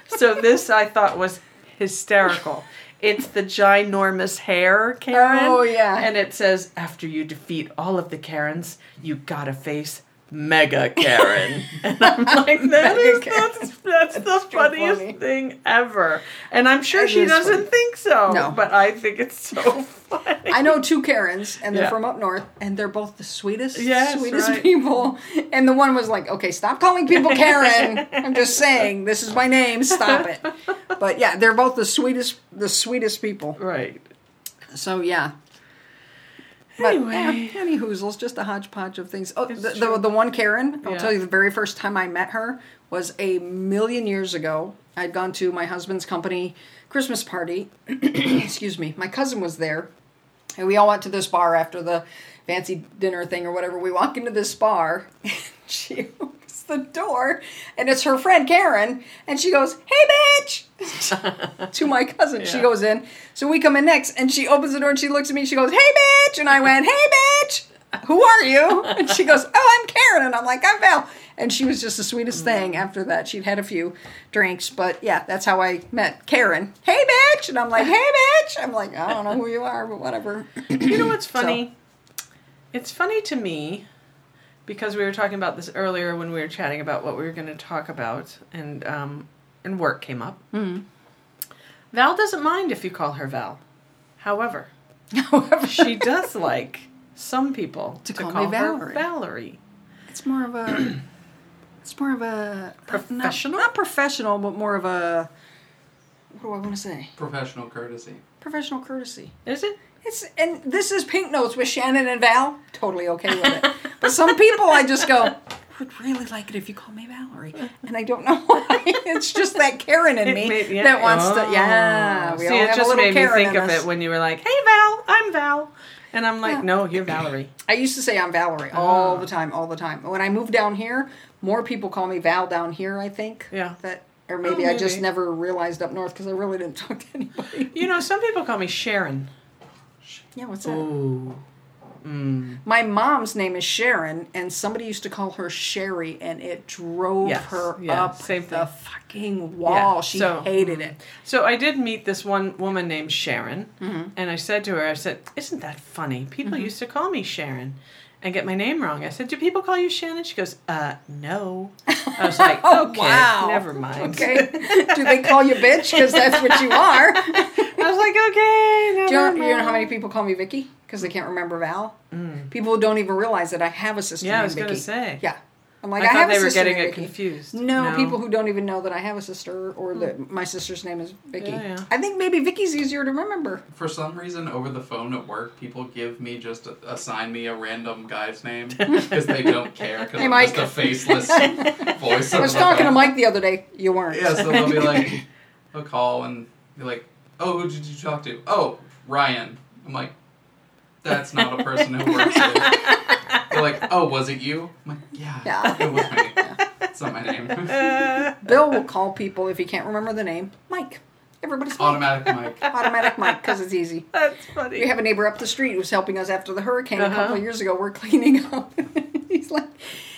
S2: So this I thought was hysterical. It's the ginormous hair, Karen.
S1: Oh, yeah.
S2: And it says, after you defeat all of the Karens, you gotta face
S1: *laughs*
S2: Mega Karen. and I'm like, that
S1: Mega
S2: is
S1: Karen.
S2: that's, that's, the
S1: too
S2: funniest
S1: funny.
S2: thing ever. And I'm sure
S1: It
S2: she
S1: is
S2: doesn't
S1: funny.
S2: think so.
S1: No.
S2: But I think it's
S1: *laughs*
S2: so funny.
S1: I know two Karens, and they're
S2: Yeah.
S1: from up north, and they're both the sweetest,
S2: Yes,
S1: sweetest
S2: right.
S1: people. And the one was like, "Okay, stop calling
S2: *laughs*
S1: people Karen. I'm just saying this is my name. Stop it." But yeah, they're both the sweetest, the sweetest people.
S2: right.
S1: So yeah. But
S2: Anyway.
S1: anyway, any hoozles, just a hodgepodge of things. Oh,
S2: It's
S1: the,
S2: true.
S1: the, the one Karen, I'll
S2: Yeah.
S1: tell you, the very first time I met her was a million years ago. I'd gone to my husband's company Christmas party. *clears throat* Excuse me. My cousin was there, and we all went to this bar after the fancy dinner thing or whatever. We walk into this bar, *laughs* and she *laughs* opens the door, and it's her friend Karen, and she goes, "Hey, *laughs* bitch!" to my cousin. She
S2: Yeah.
S1: goes in. So we come in next, and she opens the door and she looks at me. and She goes, "Hey, bitch!" And I went, "Hey, bitch." Who are you? And she goes, Oh, I'm Karen. And I'm like, I'm Val. And she was just the sweetest thing after that. She'd had a few drinks, but yeah, that's how I met Karen. Hey, bitch. And I'm like, Hey, bitch. I'm like, I don't know who you are, but whatever.
S2: You know what's funny? It's funny to me because we were talking about this earlier when we were chatting about what we were going to talk about, and um, and work came up.
S1: Hmm.
S2: Val doesn't mind if you call her Val. However,
S1: However, *laughs*
S2: she does like some people
S1: To
S2: to,
S1: call
S2: call,
S1: me Valerie.
S2: her Valerie.
S1: it's more of a, it's more of a
S2: Professional?
S1: not, not professional, but more of a, what do I want to say?
S3: Professional courtesy.
S1: Professional courtesy.
S2: Is it?
S1: It's and this is Pink Notes with Shannon and Val. Totally okay with it. but some people I just go, would really like it if you call me Valerie. And I don't know *laughs* why. It's just that Karen in
S2: It
S1: me
S2: made- yeah.
S1: that wants
S2: Oh.
S1: to. Yeah, we
S2: See,
S1: all
S2: it
S1: have a
S2: just
S1: little
S2: made me
S1: Karen
S2: think
S1: in
S2: of
S1: us.
S2: it when you were like, "Hey Val, I'm Val," and I'm like,
S1: Yeah.
S2: "No, you're Valerie."
S1: I used to say I'm Valerie
S2: Oh.
S1: all the time, all the time. When I moved down here, more people call me Val down here. I think.
S2: Yeah. Oh,
S1: That or maybe, I just
S2: maybe.
S1: never realized up north because I really didn't *laughs* talk to anybody.
S2: You know, some people call me Sharon.
S1: Yeah, what's that?
S2: Ooh. Mm.
S1: My mom's name is Sharon, and somebody used to call her Sherry, and it drove
S2: Yes,
S1: her
S2: yeah,
S1: up
S2: same
S1: the
S2: thing.
S1: fucking wall.
S2: Yeah,
S1: She
S2: so- mm.
S1: hated it.
S2: So I did meet this one woman named Sharon,
S1: Mm-hmm.
S2: and I said to her, "I said, isn't that funny? People used to call me Sharon." And get my name wrong. I said, "Do people call you Shannon?" She goes, "Uh, no." I was like,
S1: *laughs* Oh,
S2: "Okay,
S1: wow.
S2: never mind."
S1: Okay. Do they call you bitch? Because that's what you
S2: *laughs*
S1: are.
S2: I was like, "Okay." Never
S1: Do you, know, you know
S2: mind."
S1: how many people call me Vicky because they can't remember Val? People don't even realize that I have a sister
S2: Mm. Yeah, I
S1: named
S2: was gonna
S1: Vicky.
S2: say.
S1: Yeah. I'm like,
S2: I
S1: I,
S2: thought
S1: have
S2: they
S1: a
S2: were
S1: sister
S2: getting
S1: named
S2: it
S1: Vicky.
S2: confused.
S1: No, people who don't even know that I have a sister or that my sister's name is Vicky.
S2: Hmm. Yeah, yeah.
S1: I think maybe Vicky's easier to remember.
S3: For some reason, over the phone at work, people give me just a, assign me a random guy's name because they don't care because
S1: Hey,
S3: I'm
S1: Mike.
S3: just a
S1: *laughs*
S3: faceless voice.
S1: I was talking to Mike the other day. You weren't.
S3: Yeah, so they'll
S1: *laughs*
S3: be like, they'll call and be like, "Oh, who did you talk to? Oh, Ryan." I'm like, "That's not a person who
S1: *laughs*
S3: works here." They're like, "Oh, was it you?" I'm like, "Yeah,
S1: Yeah.
S3: it was
S1: *laughs*
S3: me. It's not my name." *laughs*
S2: Uh,
S1: Bill will call people if he can't remember the name. Mike. Everybody's Mike.
S3: Automatic Mike.
S1: Automatic Mike because it's easy.
S2: *laughs* that's funny.
S1: We have a neighbor up the street who's helping us after the hurricane a
S2: Uh-huh.
S1: couple of years ago. We're cleaning up. *laughs* he's like,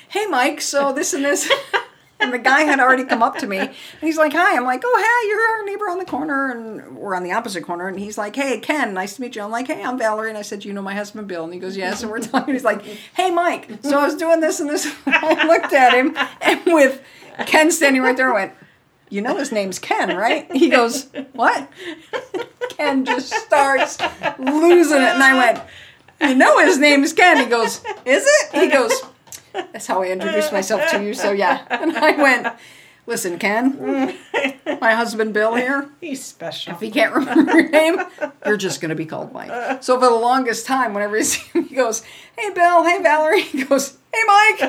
S1: "Hey, Mike. So this and
S2: *laughs*
S1: this." And the guy had already come up to me, and he's like, "Hi." I'm like, "Oh, hey, you're our neighbor on the corner, and we're on the opposite corner." And he's like, "Hey, Ken, nice to meet you." I'm like, "Hey, I'm Valerie," and I said, "You know my husband, Bill?" And he goes, "Yes." And we're talking. He's like, "Hey, Mike. So I was doing this and this." *laughs* I looked at him, and with Ken standing right there, I went, "You know his name's Ken, right?" He goes, "What?" Ken just starts losing it. And I went, You know his name is Ken. He goes, Is it? He goes, That's how I introduced myself to you. So yeah. And I went, Listen, Ken, my husband Bill here,
S2: He's special.
S1: if he can't remember your name, you're just going to be called Mike. So for the longest time, whenever he *laughs* sees him, he goes, Hey, Bill. Hey, Valerie. He goes, Hey, Mike.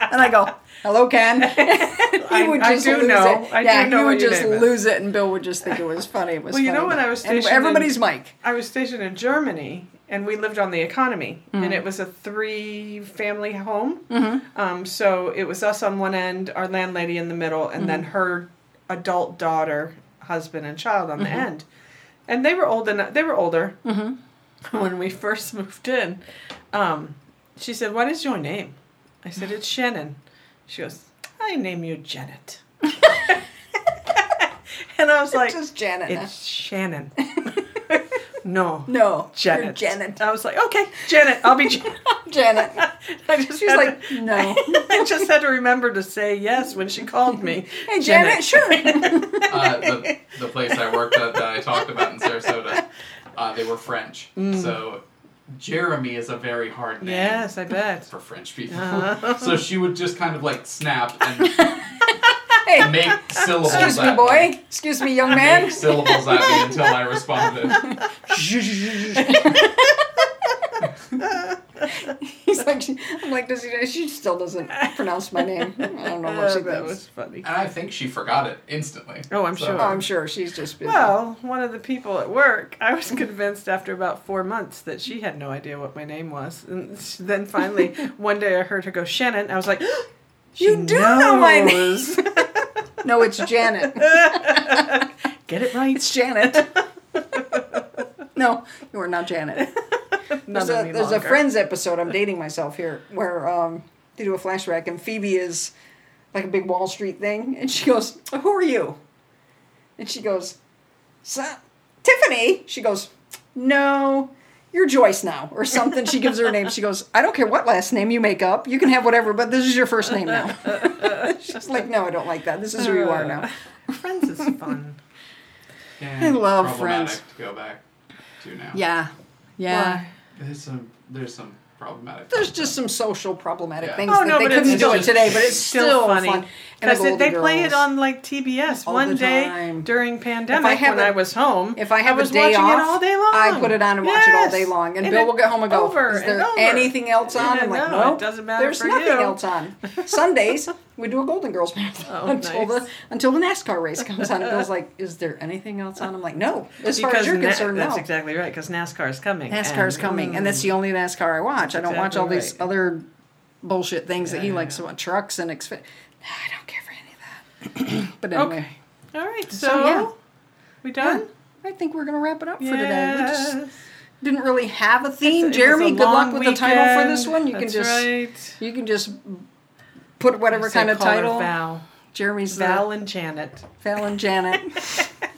S1: And I go, Hello, Ken. *laughs*
S2: I-
S1: he would
S2: I
S1: just
S2: do
S1: lose
S2: know.
S1: it.
S2: I do
S1: yeah,
S2: know
S1: he
S2: what
S1: would
S2: your
S1: just
S2: name is.
S1: lose it, and Bill would just think it was funny. It was
S2: Well, you
S1: funny,
S2: know when
S1: but-
S2: I was
S1: and
S2: stationed in-
S1: everybody's Mike.
S2: I was stationed in Germany, and we lived on the economy, and it was a three-family home. Um, so it was us on one end, our landlady in the middle, and then her adult daughter, husband, and child on the end. And they were old enough. They were older *laughs* when we first moved in. Um, she said, "What is your name?" I said, "It's Shannon." She goes, "I name you Janet." *laughs* and I was *laughs* like,
S1: just Janet. now.
S2: It's Shannon.
S1: *laughs*
S2: no.
S1: no,
S2: Janet.
S1: You're Janet.
S2: I was like, okay, Janet, I'll
S1: *laughs*
S2: be Janet.
S1: Janet.
S2: *laughs* I just
S1: She's
S2: had
S1: like,
S2: to- *laughs*
S1: no.
S2: I just had to remember to say yes when she called me.
S1: Hey, Janet. Sure.
S2: *laughs*
S1: *laughs*
S3: Uh, the, the place I worked at that I talked about in Sarasota, uh, they were French,
S1: Mm.
S3: so Jeremy is a very hard name.
S2: Yes, I bet.
S3: For French people,
S1: Uh-huh.
S3: *laughs* so she would just kind of like snap
S1: *laughs*
S3: and
S1: Hey,
S3: make syllables.
S1: excuse me,
S3: at
S1: boy. Excuse me, young man.
S3: Make *laughs* syllables at me until
S1: *laughs*
S3: I responded.
S1: He's like, she- I'm like, does he? She still doesn't pronounce my name. *laughs* I don't know what she
S2: *laughs* Oh, that
S1: thinks. Uh,
S2: was funny.
S3: And I think she forgot it instantly.
S2: Oh, I'm
S1: Oh,
S2: sure.
S1: I'm sure she's just busy.
S2: Well, one of the people at work, I was convinced after about four months that she had no idea what my name was. And s- then
S1: *laughs*
S2: finally, one day I heard her go, Shannon. I was like,
S1: *gasps* you do know my name.
S2: knows.
S1: No, it's Janet.
S2: *laughs* Get it right.
S1: It's
S2: *laughs*
S1: Janet. no, you are not Janet.
S2: None
S1: *laughs* There's,
S2: of
S1: a,
S2: me
S1: there's a
S2: *laughs* longer.
S1: Friends episode. I'm dating myself here, where um, they do a flashback, and Phoebe is like a big Wall Street thing, and she goes, "Who are you?" And she goes, "So- "Tiffany." She goes, "No." You're Joyce now, or something. She gives her name. She goes, I don't care what last name you make up. You can have whatever, but this is your first name now.
S2: *laughs*
S1: She's like, no, I don't like that. This is who you are
S2: Uh.
S1: now.
S2: Friends is fun.
S3: Yeah,
S1: I love
S3: problematic
S1: Friends.
S3: To go back to now.
S1: Yeah. Yeah.
S3: There's some. There's some problematic.
S1: There's
S3: content.
S1: just some social problematic
S3: Yeah.
S1: things
S2: Oh,
S1: that
S2: no,
S1: they
S2: but it's
S1: couldn't do it
S2: just
S1: today, but it's still, funny. And
S2: Because
S1: I
S2: they
S1: go,
S2: play it
S1: "Girls."
S2: on like TBS
S1: All
S2: one
S1: the
S2: day
S1: time.
S2: during pandemic
S1: have
S2: when
S1: a-
S2: I was home.
S1: If I have
S2: was
S1: a day
S2: watching
S1: off,
S2: it all day long.
S1: I put it on and watch it all day
S2: Yes.
S1: long. And, Bill will
S2: it-
S1: get home and go,
S2: over
S1: "Is there
S2: over."
S1: anything else on?"
S2: Yeah,
S1: I'm like,
S2: no,
S1: "Nope,
S2: it doesn't matter
S1: There's
S2: for
S1: nothing
S2: you.
S1: else
S2: *laughs*
S1: on." Sundays we do a Golden Girls *laughs* marathon
S2: Oh,
S1: until
S2: nice.
S1: the until the NASCAR race comes on. And Bill's like, "Is there anything else on?" I'm like, "No." As far as
S2: Because
S1: you're
S2: Na-
S1: concerned,
S2: that's
S1: no.
S2: exactly right. Because NASCAR is coming.
S1: NASCAR's
S2: and- mm.
S1: coming, and that's the only NASCAR I watch. I don't watch
S2: Exactly
S1: all these
S2: right.
S1: other bullshit things that he
S2: Yeah,
S1: likes to watch, trucks and exp- I don't care for any of that. *clears throat* but anyway,
S2: Okay. All right. So,
S1: yeah.
S2: we done
S1: I think we're gonna wrap it up for today. We
S2: Yes.
S1: just didn't really have a theme.
S2: It was
S1: Jeremy,
S2: a
S1: good luck
S2: long
S1: with the title for this
S2: weekend.
S1: one. You can
S2: That's
S1: just
S2: right.
S1: you can just put whatever kind of
S2: Call her
S1: title.
S2: Val.
S1: Jeremy's
S2: Val
S1: *laughs*
S2: and Janet.
S1: the Val and
S2: *laughs*
S1: Janet.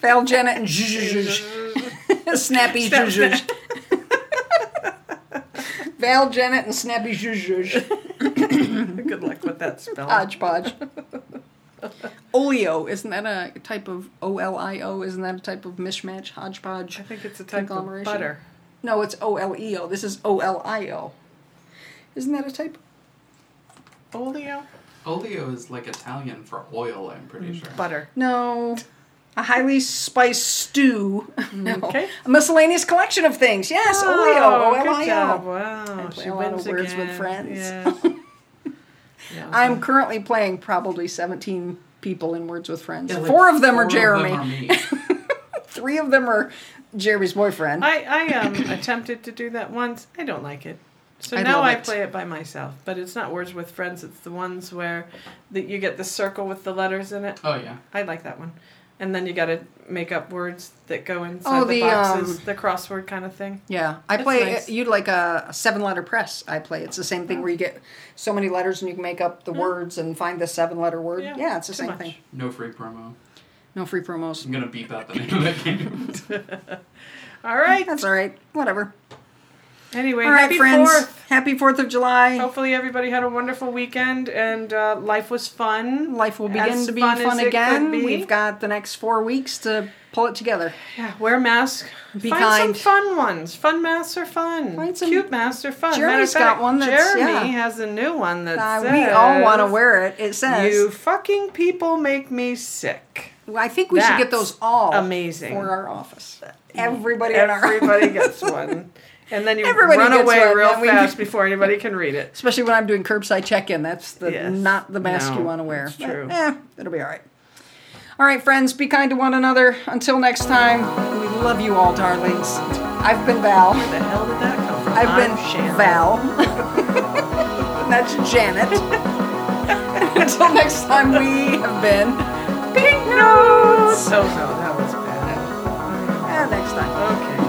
S1: Val Janet and zhuzh, zhuzh, zhuzh. Snappy
S2: Snap,
S1: zhuzh, zhuzh. *laughs* Val Janet and Snappy zhuzh, zhuzh.
S2: Good luck with that spelling.
S1: Uh, Hodgepodge. Olio, isn't that a type of O L I O? Isn't that a type of mishmash, hodgepodge?
S2: I think it's a type of
S1: Conglomeration.
S2: butter.
S1: No, it's O L E O. This is O L I O. Isn't that a type?
S2: Oleo?
S3: Olio is like Italian for oil. I'm pretty
S1: Mm,
S3: sure.
S2: Butter.
S1: No. A highly spiced stew. *laughs* No.
S2: Okay.
S1: A miscellaneous collection of things. Yes,
S2: Oh,
S1: oleo,
S2: good job.
S1: O-L-I-O.
S2: Wow.
S1: I play
S2: She
S1: a lot of
S2: wins
S1: words with
S2: again.
S1: friends.
S2: Yes.
S1: *laughs*
S2: Yeah.
S1: I'm currently playing probably 17 people in Words with Friends.
S3: Yeah, like
S1: four of them are
S3: four of
S1: Jeremy.
S3: them are
S1: *laughs*
S3: me.
S1: Three of them are Jeremy's boyfriend.
S2: I, I um, attempted to do that once. I don't like it. So
S1: I
S2: now
S1: love
S2: I
S1: it.
S2: play it by myself. But it's not words with friends. It's the ones where that you get the circle with the letters in it.
S3: Oh yeah.
S2: I like that one. And then you got to make up words that go inside
S1: Oh,
S2: the,
S1: the,
S2: boxes, the crossword kind of thing.
S1: yeah, I
S2: That's
S1: play.
S2: nice. Oh.
S1: You'd like a, seven letter press. I play. It's the same thing where you get so many letters and you can make up the words and find the seven letter word. Yeah, it's the
S2: Hmm. too
S1: same
S2: much.
S1: thing.
S3: No free promo.
S1: No free promos.
S3: I'm gonna beep out the name of that game.
S2: All right.
S1: That's all right. Whatever.
S2: Anyway,
S1: all right,
S2: happy
S1: friends.
S2: Fourth. Oh,
S1: Happy Fourth of July.
S2: Hopefully, everybody had a wonderful weekend and uh, life was fun.
S1: Life will begin
S2: As
S1: to be
S2: fun
S1: fun,
S2: as it could
S1: again.
S2: be.
S1: We've got the next four weeks to pull it together.
S2: Yeah, wear a mask.
S1: Be
S2: Find some
S1: kind.
S2: fun ones. Fun masks are fun.
S1: Find some-
S2: Cute masks are fun. Matter of
S1: Jeremy's got
S2: fact,
S1: one that's-
S2: Jeremy
S1: yeah.
S2: has a new one that
S1: Uh,
S2: says,
S1: we all want to wear it. It says.
S2: You fucking people make me sick.
S1: Well, I think we should get
S2: That's
S1: those all
S2: amazing.
S1: for our office. Everybody, in our
S2: Everybody gets one. And then you
S1: Everybody
S2: run
S1: gets
S2: away
S1: one,
S2: real
S1: then we- *laughs*
S2: fast before anybody can read it.
S1: *laughs* Especially when I'm doing curbside check-in, that's the
S2: Yes.
S1: not the mask
S2: No,
S1: you want to wear.
S2: that's
S1: But,
S2: true.
S1: eh, it'll be all right. All right, friends, be kind to one another. Until next time, we love you all, darlings. I've been Val.
S2: Where the hell did that come from?
S1: I've been
S2: I'm Shannon.
S1: Val. *laughs* And That's Janet. *laughs* Until next time, we have been.
S2: Pink nose. So no, that was
S1: Eh,
S2: bad.
S1: next time.
S2: Okay.